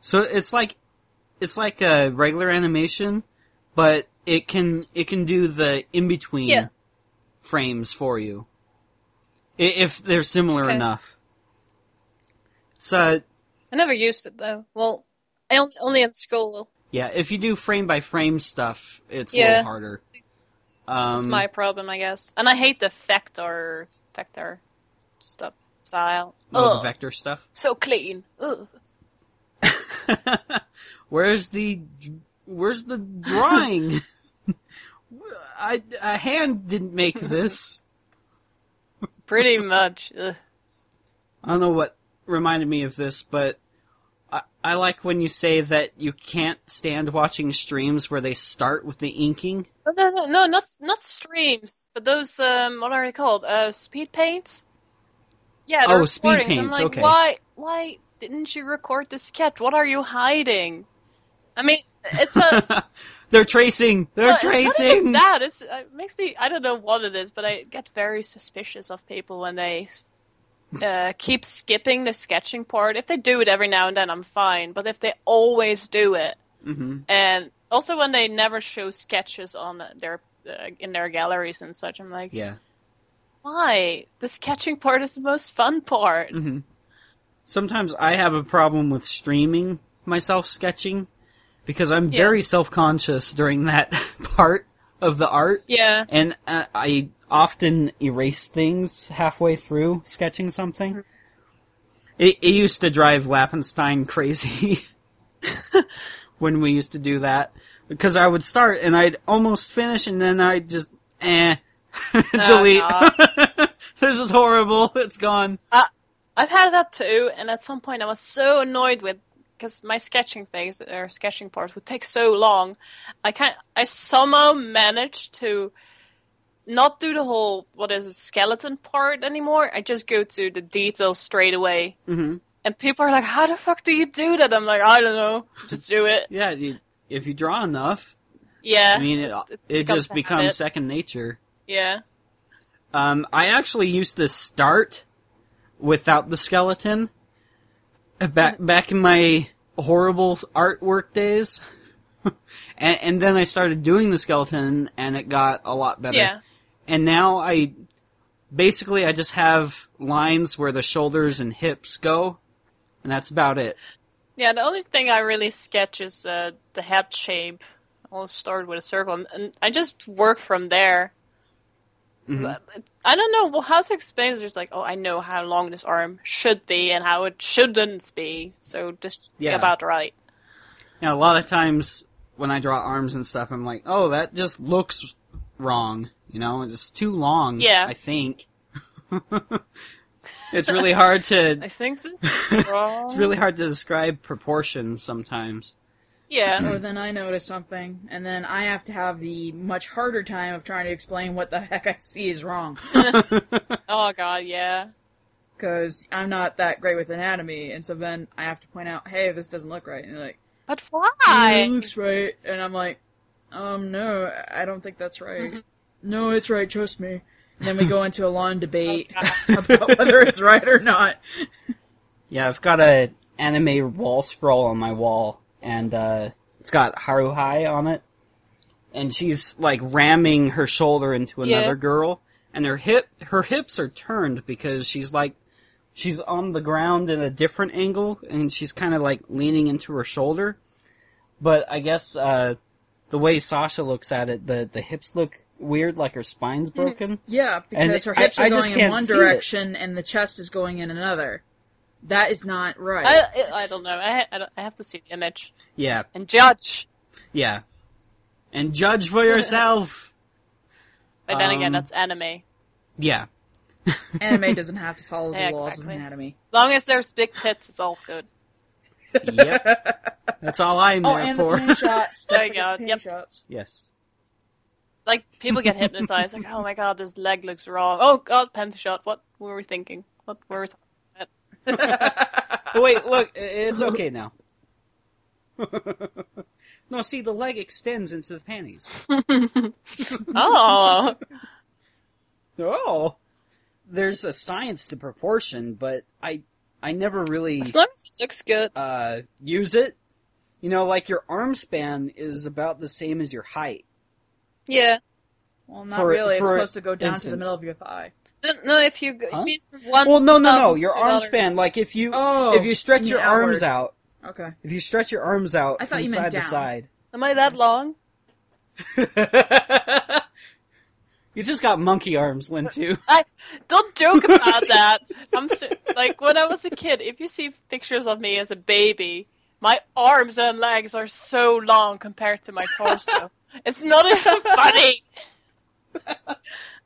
S1: so it's like it's like a regular animation, but it can it can do the in between
S3: Yeah.
S1: frames for you i- if they're similar
S3: Okay.
S1: enough. It's uh,
S3: I never used it though. Well, I only, only in school.
S1: Yeah, if you do frame by frame stuff, it's a
S3: Yeah.
S1: little harder. Um,
S3: It's my problem, I guess. And I hate the vector vector stuff style.
S1: all the
S3: Ugh.
S1: vector stuff.
S3: so clean. Ugh.
S1: Where's the where's the drawing? I a hand didn't make this.
S3: Pretty much. Ugh.
S1: I don't know what reminded me of this, but I, I like when you say that you can't stand watching streams where they start with the inking.
S3: No, Oh, no, no, no, not not streams, but those um, what are they called? Uh, speed paints. Yeah, they're
S1: Oh, speed
S3: recordings. I'm
S1: paints,
S3: like,
S1: okay.
S3: why, why didn't you record the sketch? What are you hiding? I mean, it's a
S1: They're tracing. They're
S3: no, it's Not even
S1: tracing.
S3: that it's, uh, it makes me. I don't know what it is, but I get very suspicious of people when they uh, keep skipping the sketching part. If they do it every now and then, I'm fine. But if they always do it,
S1: Mhm.
S3: and also when they never show sketches on their uh, in their galleries and such, I'm like,
S1: Yeah.
S3: why? The sketching part is the most fun part.
S1: Mm-hmm. sometimes I have a problem with streaming myself sketching because I'm
S3: Yeah.
S1: very self conscious during that part of the art.
S3: Yeah,
S1: And uh, I often erase things halfway through sketching
S3: Mm-hmm.
S1: something. It, it used to drive Lappenstein crazy when we used to do that because I would start and I'd almost finish and then I'd just, eh,
S3: Oh,
S1: delete. this is horrible. It's gone.
S3: I've had that too, and at some point I was so annoyed with because my sketching phase or sketching part would take so long. I can I somehow managed to not do the whole what is it skeleton part anymore. I just go to the details straight away. Mm-hmm. And people are like, "How the fuck do you do that?" I'm like, "I don't know, just do it."
S1: Yeah, you, if you draw enough,
S3: Yeah,
S1: I mean, it, it,
S3: becomes
S1: just
S3: a
S1: becomes
S3: habit.
S1: second nature.
S3: yeah.
S1: Um, I actually used to start without the skeleton back back in my horrible artwork days, and, and then I started doing the skeleton, and it got a lot better.
S3: Yeah.
S1: And now I basically I just have lines where the shoulders and hips go, and that's about it.
S3: Yeah, the only thing I really sketch is uh, the head shape. I'll start with a circle, and, and I just work from there. 'Cause I, I don't know wh- how to explain. It's just like, oh, I know how long this arm should be and how it shouldn't be. So just be
S1: Yeah.
S3: about right.
S1: Now, a lot of times when I draw arms and stuff, I'm like, oh, that just looks wrong. You know, it's too long.
S3: Yeah.
S1: I think it's really hard to
S3: I think this is wrong.
S1: it's really hard to describe proportions sometimes.
S3: Yeah.
S2: or then I notice something, and then I have to have the much harder time of trying to explain what the heck I see is wrong.
S3: Oh god, yeah.
S2: Because I'm not that great with anatomy, and so then I have to point out, hey, this doesn't look right. And they're like,
S3: But
S2: it
S3: why?
S2: looks right. And I'm like, um, no, I don't think that's
S3: Mm-hmm.
S2: right. no, it's right, trust me. And then we go into a long debate about whether it's right or not.
S1: Yeah, I've got a anime wall scroll on my wall, and uh, it's got Haruhai on it, and she's like ramming her shoulder into
S3: Yeah.
S1: another girl, and her hip her hips are turned because she's like she's on the ground in a different angle, and she's kind of like leaning into her shoulder, but I guess uh, the way Sasha looks at it, the the hips look weird, like her spine's broken.
S2: Yeah,
S1: And
S2: because her
S1: I-
S2: hips are
S1: I just
S2: going in
S1: can't
S2: one
S1: see it.
S2: direction and the chest is going in another. That is not right.
S3: I, I don't know. I, I, don't, I have to see the image
S1: yeah,
S3: and judge.
S1: yeah, and judge for yourself.
S3: But then again,
S1: Um,
S3: that's anime. As
S1: Yeah.
S2: anime doesn't have to follow the
S3: Yeah,
S2: laws
S3: exactly.
S2: of anatomy.
S3: long as there's big tits, it's all good.
S1: Yep. That's all I'm
S2: Oh,
S1: there
S2: and
S1: for.
S2: the pain shots.
S3: There
S2: Don't
S3: you
S2: forget
S3: go.
S2: the pain
S3: Yep.
S2: shots.
S1: yes.
S3: Like people get hypnotized. Like, oh my god, this leg looks wrong. Oh god, pen shot. What were we thinking? What were we?
S1: But wait, look, i- it's okay now. no, see, the leg extends into the panties.
S3: Oh,
S1: Oh, there's a science to proportion, but I, I never really
S3: as long as it looks good.
S1: uh, use it. You know, like your arm span is about the same as your height.
S3: Yeah.
S2: Well, not
S1: For-
S2: really. It's
S1: for
S2: supposed to go down to the
S1: instance.
S2: middle of your thigh.
S3: No, no, if you, go-
S1: Huh?
S3: you mean from one.
S1: Well, no, no,
S3: thumb
S1: no. Your
S3: to
S1: arm
S3: another-
S1: span, like if you
S2: Oh,
S1: if you stretch
S2: you
S1: your
S2: mean
S1: arms
S2: outward.
S1: out,
S2: Okay.
S1: if you stretch your arms out
S2: I thought
S1: from
S2: you meant
S1: side to
S2: down.
S1: side,
S3: Am I that long?
S1: you just got monkey arms, Lin too.
S3: I don't joke about that. I'm so, like when I was a kid. If you see pictures of me as a baby, my arms and legs are so long compared to my torso. it's not even funny.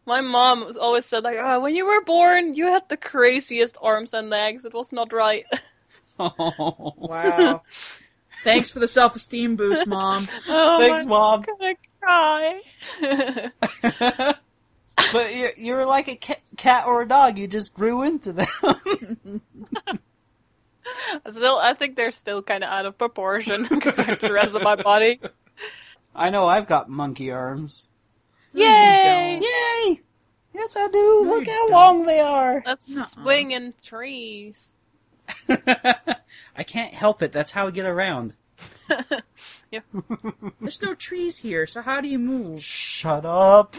S3: my mom was always said like, oh, "When you were born, you had the craziest arms and legs. It was not right."
S1: Oh,
S2: Wow. Thanks for the self-esteem boost, mom.
S3: oh,
S1: thanks,
S3: I'm
S1: mom.
S3: gonna cry. yeah,
S1: but you're, you're like a ca- cat or a dog. You just grew into them.
S3: still, I think they're still kind of out of proportion compared to the rest of my body.
S1: I know. I've got monkey arms.
S3: Yay!
S1: Yay! Yes, I do.
S2: No,
S1: Look
S2: you
S1: how
S2: don't.
S1: long they are.
S3: Let's
S2: Nuh-uh.
S3: swing in trees.
S1: I can't help it. That's how I get around.
S2: There's no trees here, so how do you move?
S1: Shut up.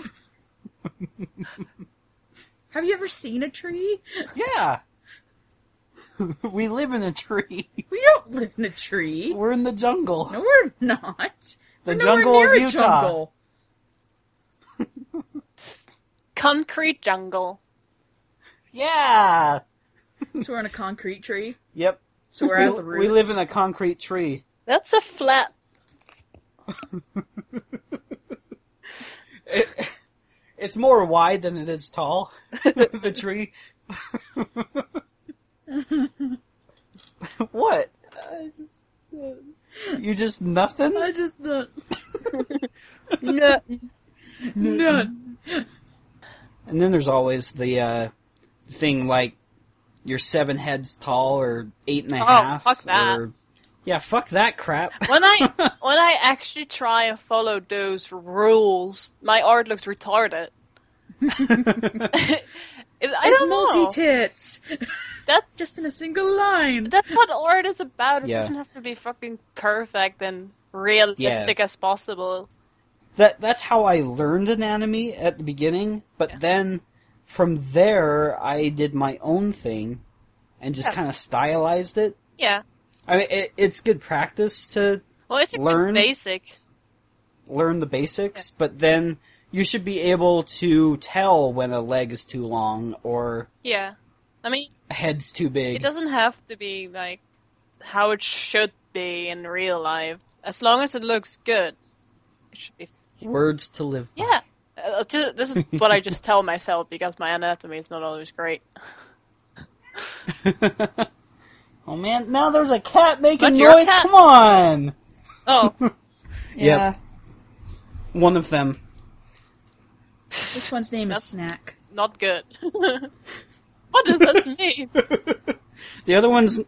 S2: Have you ever seen a tree?
S1: Yeah. we live in a tree.
S2: We don't live in a tree.
S1: We're in the jungle.
S2: No, we're not.
S1: The
S2: we're nowhere
S1: jungle of
S2: near a
S1: Utah.
S2: jungle.
S3: Concrete jungle.
S1: Yeah.
S2: So we're in a concrete tree.
S1: Yep.
S2: So we're
S1: We-
S2: at the roots.
S1: we live in a concrete tree.
S3: That's a flat.
S1: It, it's more wide than it is tall. the tree. what?
S2: I just,
S1: You just nothing?
S2: I just not.
S3: No.
S2: None.
S1: And then there's always the uh, thing like you're seven heads tall or eight and a half.
S3: Oh, fuck that.
S1: Or, yeah, fuck that crap.
S3: When I when I actually try and follow those rules, my art looks retarded. It- I
S2: It's
S3: don't
S2: multi
S3: know.
S2: tits.
S3: That-
S2: just in a single line.
S3: That's what art is about. It
S1: Yeah.
S3: doesn't have to be fucking perfect and realistic as possible.
S1: that that's how I learned anatomy at the beginning, but
S3: Yeah.
S1: then from there I did my own thing and just
S3: Yeah.
S1: kind of stylized it.
S3: Yeah.
S1: I mean, it, it's good practice to
S3: Well, it's a good
S1: Learn.
S3: basic.
S1: learn the basics, but then you should be able to tell when a leg is too long or
S3: Yeah. I mean,
S1: a head's too
S3: It
S1: big.
S3: doesn't have to be like how it should be in real life. As long as it looks good, it should be.
S1: Words to live by.
S3: Yeah, Uh, ju- this is what I just tell myself because my anatomy is not always great.
S1: Oh man, now there's a cat making
S3: But you're a
S1: noise.
S3: cat.
S1: Come on.
S3: Oh,
S1: Yeah. One of them.
S2: This one's name is
S3: That's-
S2: Snack.
S3: not good. what does that mean?
S1: The other one's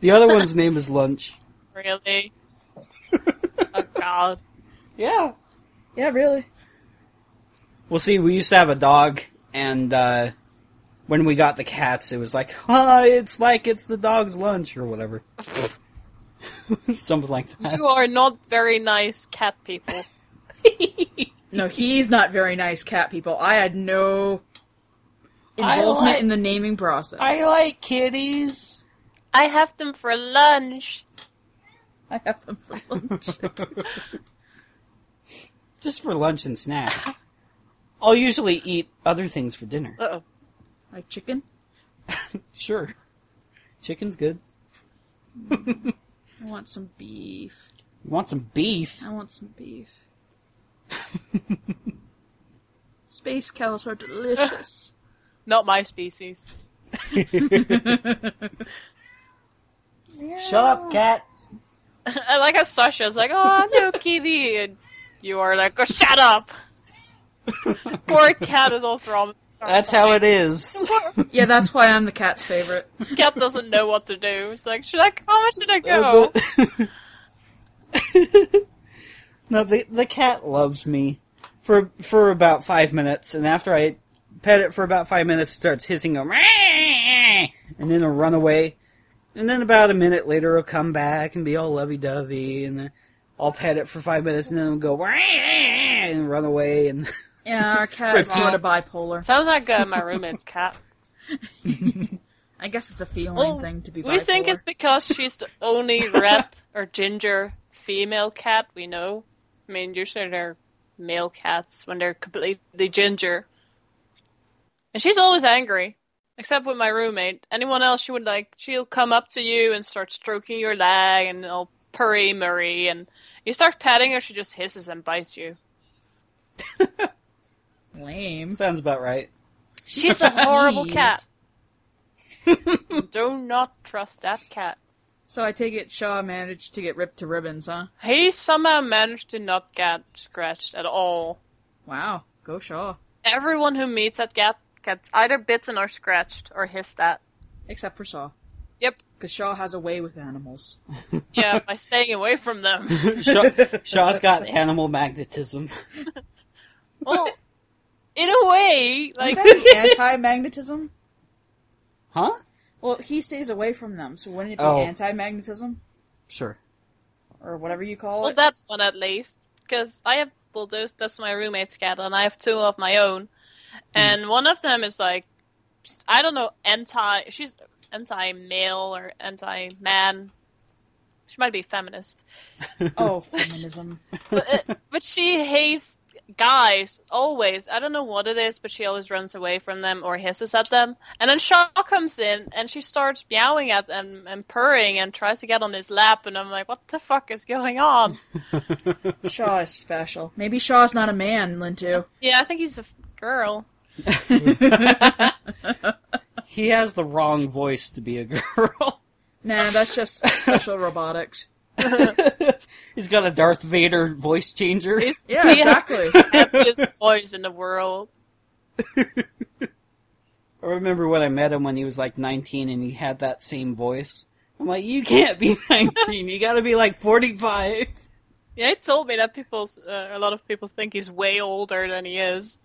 S1: the other one's name is Lunch.
S3: Really? Oh god.
S1: Yeah.
S2: Yeah, really.
S1: Well, see, we used to have a dog, and uh, when we got the cats, it was like, ah, it's like it's the dog's lunch or whatever, something like that.
S3: You are not very nice cat people.
S2: No, he's not very nice, cat people. I had no
S1: I
S2: involvement
S1: like-
S2: in the naming process.
S1: like kitties.
S3: I have them for lunch.
S2: I have them for lunch.
S1: Just for lunch and snack. I'll usually eat other things for dinner.
S3: Uh-oh.
S2: like chicken?
S1: Sure, chicken's good.
S2: I want some beef.
S1: You want some beef?
S2: I want some beef. Space cows are delicious.
S3: Not my species.
S1: Shut up, cat.
S3: I like how Sasha's like, oh, no kitty. And you are like, oh, shut up. Poor cat is all thrown.
S1: That's how it is.
S2: yeah, that's why I'm the cat's favorite.
S3: Cat doesn't know what to do. It's like, should I, how much should I go?
S1: no, the the cat loves me for for about five minutes, and after I pet it for about five minutes, it starts hissing, go, "Meow," and then it'll run away. And then about a minute later, it'll come back and be all lovey dovey, and then I'll pet it for five minutes, and then it'll go "Meow," and run away. And
S2: Yeah, our cat is sort of bipolar.
S3: Sounds like uh, my roommate's cat.
S2: I guess it's a feeling
S3: Well,
S2: thing to be bipolar.
S3: Oh, We think it's because she's the only red or ginger female cat we know. I mean, usually they're male cats when they're completely ginger. And she's always angry, except with my roommate. Anyone else, she would like, she'll come up to you and start stroking your leg and all purry murray. And you start petting her, she just hisses and bites you.
S2: lame.
S1: sounds about right.
S3: She's a horrible
S2: Jeez.
S3: cat. Do not trust that cat.
S2: So I take it Shaw managed to get ripped to ribbons, huh?
S3: He somehow managed to not get scratched at all.
S2: Wow, go Shaw.
S3: Everyone who meets that cat gets either bitten or scratched or hissed at.
S2: Except for Shaw,
S3: Yep.
S2: because Shaw has a way with animals.
S3: Yeah, by staying away from them.
S1: Shaw, Shaw's got animal magnetism.
S3: Well, in a way, like
S2: anti-magnetism?
S1: Huh?
S2: Well, he stays away from them, so wouldn't it be
S1: Oh.
S2: anti-magnetism
S1: Sure.
S2: or whatever you call
S3: well,
S2: it?
S3: that one at least, because I have well, those that's my roommate's cat, and I have two of my own, and one of them is like, I don't know, anti. She's anti male or anti man. She might be feminist.
S2: oh, feminism.
S3: but, uh, but she hates guys always. I don't know what it is, but she always runs away from them or hisses at them. And then Shaw comes in and she starts meowing at them and purring and tries to get on his lap. And I'm like, what the fuck is going on?
S2: Shaw is special. Maybe Shaw's not a man, Lintu.
S3: yeah, I think he's a f- girl.
S1: He has the wrong voice to be a girl.
S2: Nah, that's just special robotics.
S1: He's got a Darth Vader voice changer.
S3: He's
S2: Yeah, exactly.
S3: the happiest voice in the world.
S1: I remember when I met him when he was like 19 and he had that same voice. I'm like, you can't be 19. You gotta be like 45.
S3: Yeah, he told me that people, uh, a lot of people think he's way older than he is.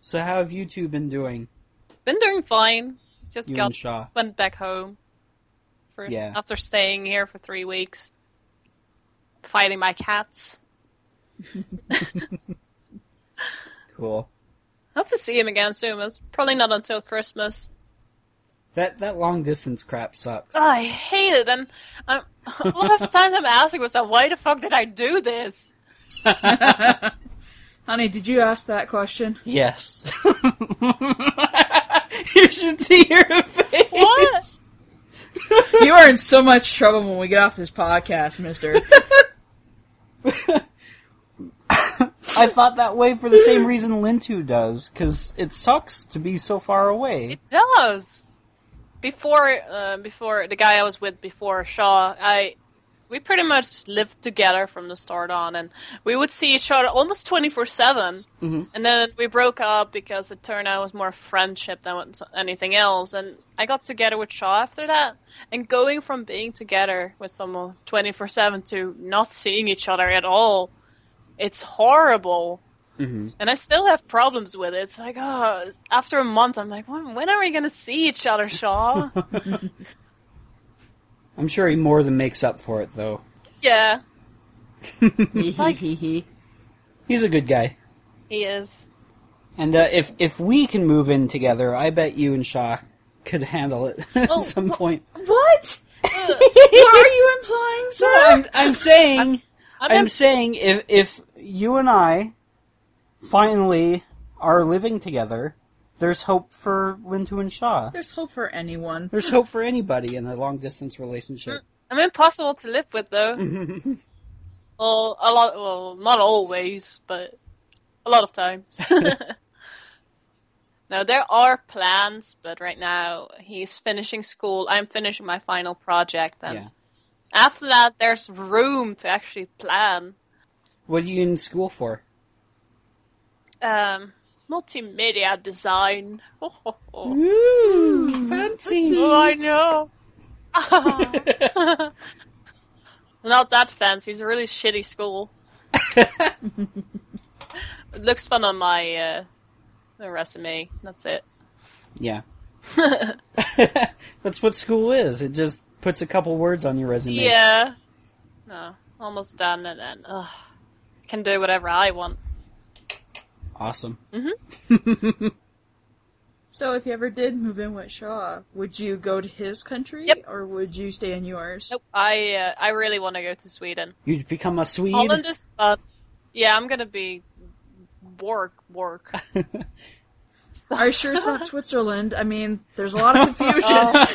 S1: So how have you two been doing,
S3: Been doing fine. He's just
S1: you
S3: got
S1: and Shaw?
S3: went back home for
S1: Yeah.
S3: after staying here for three weeks, fighting my cats.
S1: Cool.
S3: Hope to see him again soon. It's probably not until Christmas.
S1: That that long distance crap sucks.
S3: Oh, I hate it, and I'm, a lot of times I'm asking myself, "Why the fuck did I do this?"
S2: Honey, did you ask that question?
S1: Yes. you should see your face.
S3: What?
S2: You are in so much trouble when we get off this podcast, mister.
S1: I thought that way for the same reason Lintu does, because it sucks to be so far away.
S3: it does. Before, uh, before the guy I was with before Shaw, I we pretty much lived together from the start on, and we would see each other almost twenty four seven. And then we broke up because it turned out it was more friendship than was anything else. And I got together with Shaw after that, and going from being together with someone twenty four seven to not seeing each other at all, it's horrible. And I still have problems with it. It's like, oh, after a month, I'm like, when, when are we going to see each other, Shaw?
S1: I'm sure he more than makes up for it, though.
S3: yeah,
S2: Like, he
S1: He's a good guy.
S3: he is.
S1: And uh, if if we can move in together, I bet you and Shaw could handle it
S3: Oh,
S1: at some point.
S2: What? what are you implying, sir?
S1: I'm, I'm saying, I'm,
S3: I'm not-
S1: saying, if if you and I finally are living together, there's hope for Lintu and Shaw.
S2: There's hope for anyone.
S1: There's hope for anybody in a long distance relationship.
S3: I'm impossible to live with, though. well, a lot. Well, not always, but a lot of times. now there are plans, but right now he's finishing school. I'm finishing my final project, and
S1: Yeah.
S3: after that, there's room to actually plan.
S1: What are you in school for?
S3: Um, multimedia design.
S1: Ooh, fancy.
S3: Oh, I know. Not that fancy. It's a really shitty school. it looks fun on my uh, resume. That's it.
S1: Yeah. That's what school is. It just puts a couple words on your resume.
S3: Yeah. No, almost done, and then ugh, can do whatever I want.
S1: Awesome.
S2: So, if you ever did move in with Shaw, would you go to his country
S3: Yep.
S2: or would you stay in yours?
S3: Nope. I uh, I really want to go to Sweden.
S1: You'd become a Swede.
S3: Holland is fun. Yeah, I'm gonna be work work.
S2: Are you sure it's not Switzerland? I mean, there's a lot of confusion.
S3: Oh.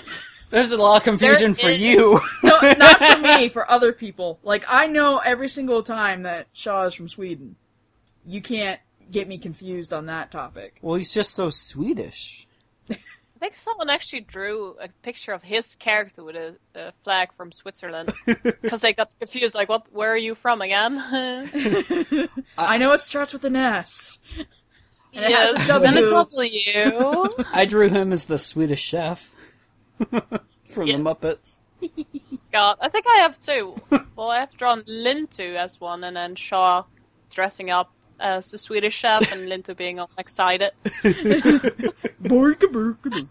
S1: There's a lot of confusion
S3: There
S1: for
S3: is-
S1: you.
S2: no, not for me, for other people. Like, I know every single time that Shaw is from Sweden. You can't get me confused on that topic.
S1: well, he's just so Swedish.
S3: I think someone actually drew a picture of his character with a, a flag from Switzerland because they got confused. Like, what? Where are you from again?
S2: I know it starts with an S. And it has a
S3: then
S2: W.
S3: a W.
S1: I drew him as the Swedish chef from
S3: Yeah.
S1: the Muppets.
S3: God, I think I have two. Well, I have drawn Lintu as one, and then Shaw dressing up as the Swedish chef, and Lintu being all excited.
S2: Borka, borka,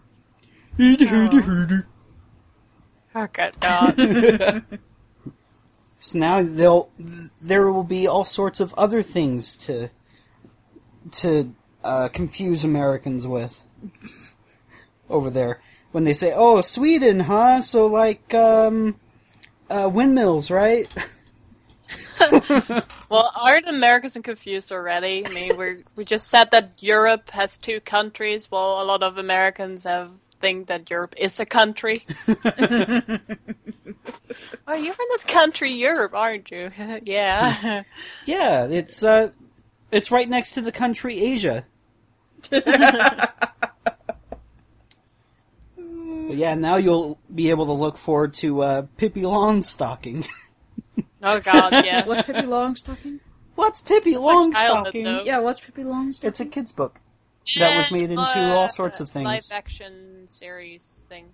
S2: borka.
S3: Okay, Oh, God.
S1: So now they'll there will be all sorts of other things to to uh, confuse Americans with over there when they say, "Oh, Sweden, huh?" So like um, uh, windmills, right?
S3: well, aren't Americans confused already? I mean, we we just said that Europe has two countries. Well, a lot of Americans have think that Europe is a country. oh, you're in that country, Europe, aren't you? yeah.
S1: yeah, it's uh, it's right next to the country Asia. But yeah, now you'll be able to look forward to uh, Pippi Longstocking.
S3: Oh God, yes.
S2: What's Pippi Longstocking?
S1: What's Pippi
S3: my childhood,
S1: Longstocking?
S3: though.
S2: Yeah, what's Pippi Longstocking?
S1: It's a kid's book that was made into all sorts of
S3: uh, Live
S1: things.
S3: action series thing.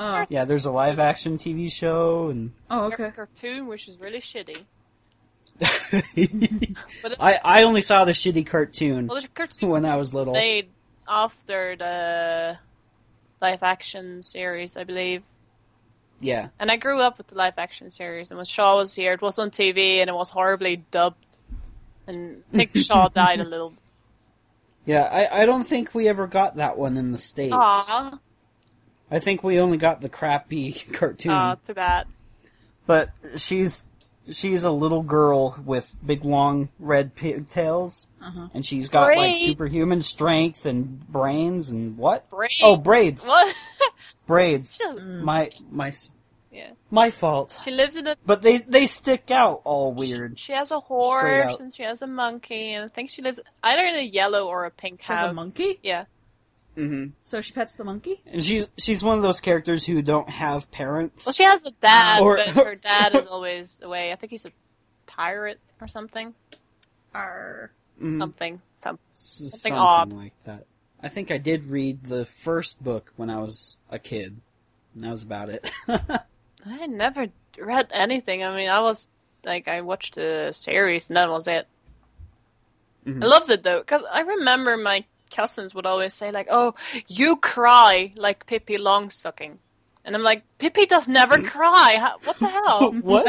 S2: oh,
S1: Yeah, there's a live action TV show, and
S2: oh,
S3: There's
S2: okay.
S3: a Cartoon, which is really shitty. But it,
S1: I, I only saw the shitty cartoon.
S3: well, the cartoon
S1: When I was little.
S3: made after the live action series, I believe.
S1: Yeah,
S3: And I grew up with the live action series, and when Shaw was here, it was on TV, and it was horribly dubbed. And I think Shaw died a little.
S1: yeah. I, I don't think we ever got that one in the states.
S3: Aw,
S1: I think we only got the crappy cartoon.
S3: aw, too bad.
S1: but she's she's a little girl with big long red pigtails, and she's got like
S3: Uh-huh. Braids.
S1: superhuman strength and brains and what?
S3: Braids.
S1: Oh, braids,
S3: What?
S1: braids. My my s-
S3: yeah,
S1: my fault.
S3: she lives in a.
S1: But they they stick out all weird.
S3: She has a
S1: Straight
S3: horse
S1: out.
S3: and she has a monkey, and I think she lives either in a yellow or a pink
S2: She
S3: house.
S2: has a monkey?
S3: Yeah,
S2: So she pets the monkey.
S1: And she's she's one of those characters who don't have parents.
S3: Well, she has a dad,
S1: Or-
S3: but her dad is always away. I think he's a pirate or something.
S2: Arr.
S3: Mm-hmm. Something. Some.
S1: S-
S3: Something
S1: something
S3: odd.
S1: like that. I think I did read the first book when I was a kid. And that was about it.
S3: I never read anything. I mean, I was like, I watched the series, and that was it.
S1: Mm-hmm.
S3: I loved it though, because I remember my cousins would always say like, "Oh, you cry like Pippi Longstocking," and I'm like, "Pippi does never cry. How, what the hell?"
S1: what?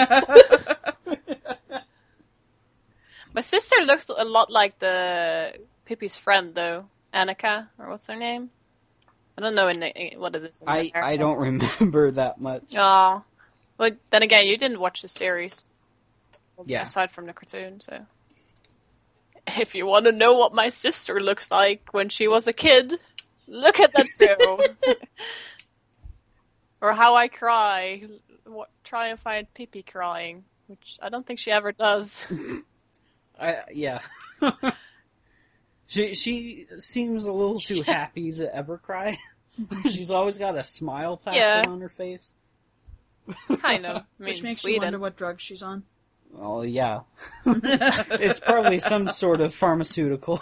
S3: My sister looks a lot like the Pippi's friend, though Annika, or what's her name? I don't know in, in, what it is. in
S1: I I
S3: America.
S1: don't remember that much.
S3: Oh, well, then again, you didn't watch the series.
S1: Yeah.
S3: Aside from the cartoon, so. If you want to know what my sister looks like when she was a kid, look at that show. or how I cry. What, try and find Pippi crying, which I don't think she ever does.
S1: I, yeah. she she seems a little too happy to ever cry. She's always got a smile plastered
S3: Yeah.
S1: on her face.
S3: kind of. I mean,
S2: Which makes you
S3: Sweden.
S2: wonder what drug she's on.
S1: Oh yeah. it's probably some sort of pharmaceutical.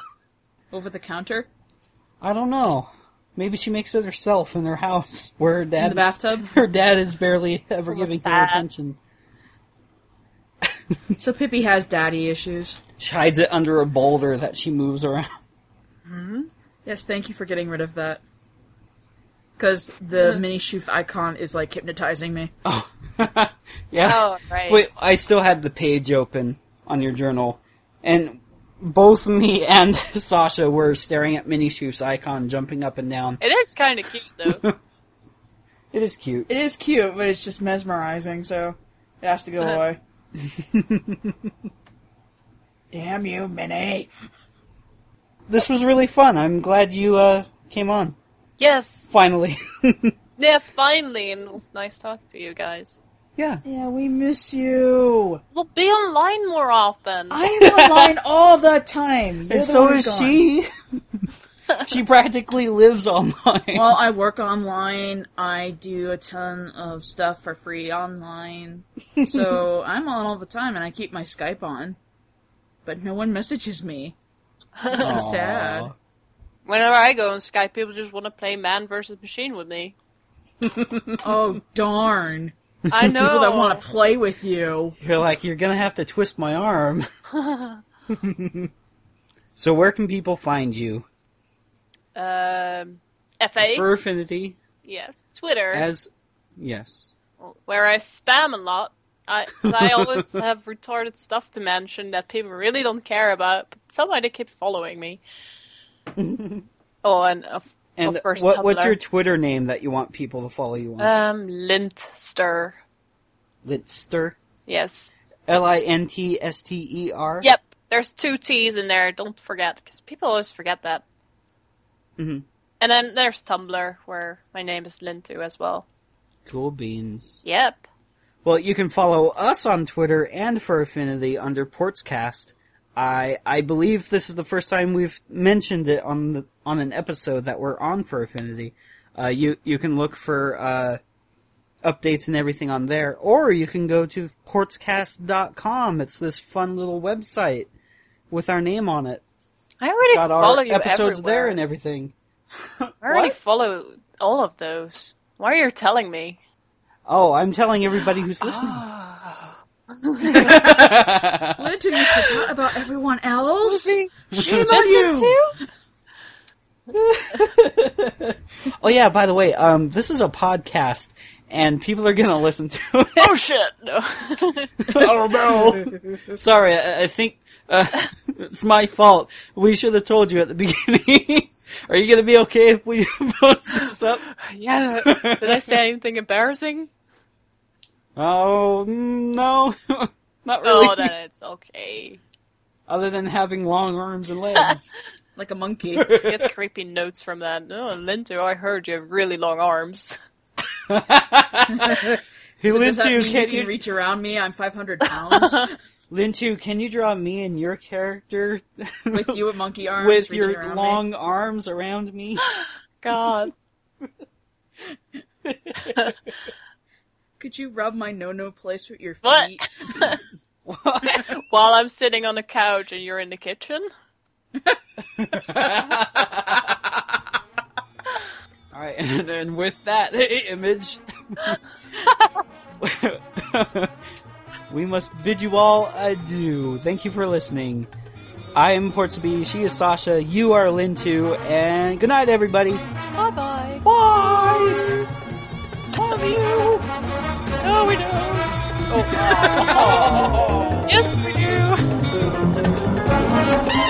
S2: Over the counter?
S1: I don't know. Maybe she makes it herself in her house where her dad
S2: In the bathtub?
S1: her dad is barely ever
S3: Little
S1: giving her
S3: sad.
S1: attention.
S2: so Pippi has daddy issues.
S1: She hides it under a boulder that she moves around.
S2: Yes, thank you for getting rid of that. Because the mini shoof icon is like hypnotizing me.
S1: Yeah.
S3: Oh, right.
S1: Wait, I still had the page open on your journal, and both me and Sasha were staring at Mini Shoof's icon jumping up and down.
S3: It is kind of cute, though.
S1: It is cute.
S2: It is cute, but it's just mesmerizing, so it has to go away. Damn you, Minnie!
S1: This was really fun. I'm glad you uh, came on
S3: yes.
S1: finally.
S3: Yes, finally. And it was nice talking to you guys.
S1: yeah.
S2: Yeah, we miss you.
S3: We'll be online more often.
S2: I'm online all the time. You're
S1: And
S2: the
S1: so
S2: one who's
S1: is
S2: gone.
S1: she. she practically lives online.
S2: Well, I work online. I do a ton of stuff for free online. So I'm on all the time and I keep my Skype on. But no one messages me.
S1: Aw.
S2: sad.
S3: Whenever I go on Skype, people just want to play man versus machine with me.
S2: Oh, darn.
S3: I know.
S2: People that
S1: Oh.
S2: want to play with you.
S1: You're like, you're gonna have to twist my arm. so where can people find you?
S3: Um, FA?
S1: For Affinity,
S3: yes. Twitter,
S1: as yes.
S3: where I spam a lot. I, 'cause I always have retarded stuff to mention that people really don't care about, but somehow they keep following me. oh, and of,
S1: And
S3: of course,
S1: what, what's
S3: Tumblr.
S1: your Twitter name that you want people to follow you on?
S3: um, Lintster.
S1: Litster.
S3: Yes.
S1: L I N T S T E R.
S3: Yep. There's two T's in there. Don't forget, because people always forget that. Mm-hmm.
S1: Mm-hmm.
S3: And then there's Tumblr, where my name is Lintu as well.
S1: Cool beans.
S3: Yep.
S1: Well, you can follow us on Twitter and for Affinity under Portscast. I I believe this is the first time we've mentioned it on the on an episode that we're on for Affinity. Uh, you you can look for uh, updates and everything on there, or you can go to portscast.com. It's this fun little website with our name on it.
S3: I already
S1: Got
S3: follow
S1: our
S3: you
S1: episodes
S3: everywhere.
S1: there and everything.
S3: I already
S1: What?
S3: follow all of those. Why are you telling me?
S1: Oh, I'm telling everybody who's listening.
S2: Ah, What do you forget about everyone else? Shame on you!
S3: Listen to?
S1: Oh yeah, by the way, um, this is a podcast, and people are gonna listen to it.
S3: Oh shit! No.
S1: oh no! Sorry, I, I think uh, it's my fault. We should have told you at the beginning. are you gonna be okay if we post this up?
S3: yeah. Did I say anything embarrassing?
S1: Oh mm, no, not really.
S3: Oh, then it's okay.
S1: Other than having long arms and legs.
S2: Like a monkey.
S3: Get creepy notes from that. No, Lintu, I heard you have really long arms.
S1: Hey,
S2: So does that
S1: Lintu,
S2: mean
S1: can
S2: you
S1: you,
S2: can reach around me? I'm 500 pounds
S1: Lintu, can you draw me and your character
S2: with you with monkey arms
S1: with
S2: reaching
S1: your
S2: around me?
S1: long arms around me?
S3: God.
S2: Could you rub my no no place with your
S3: What?
S2: feet?
S3: While I'm sitting on the couch and you're in the kitchen?
S1: All right, and, and with that image, we must bid you all adieu. Thank you for listening. I am Portsby, she is Sasha, you are Lynn too, and good night, everybody.
S3: Bye bye.
S1: Bye! Love you!
S3: No, we don't. Oh. yes, we do.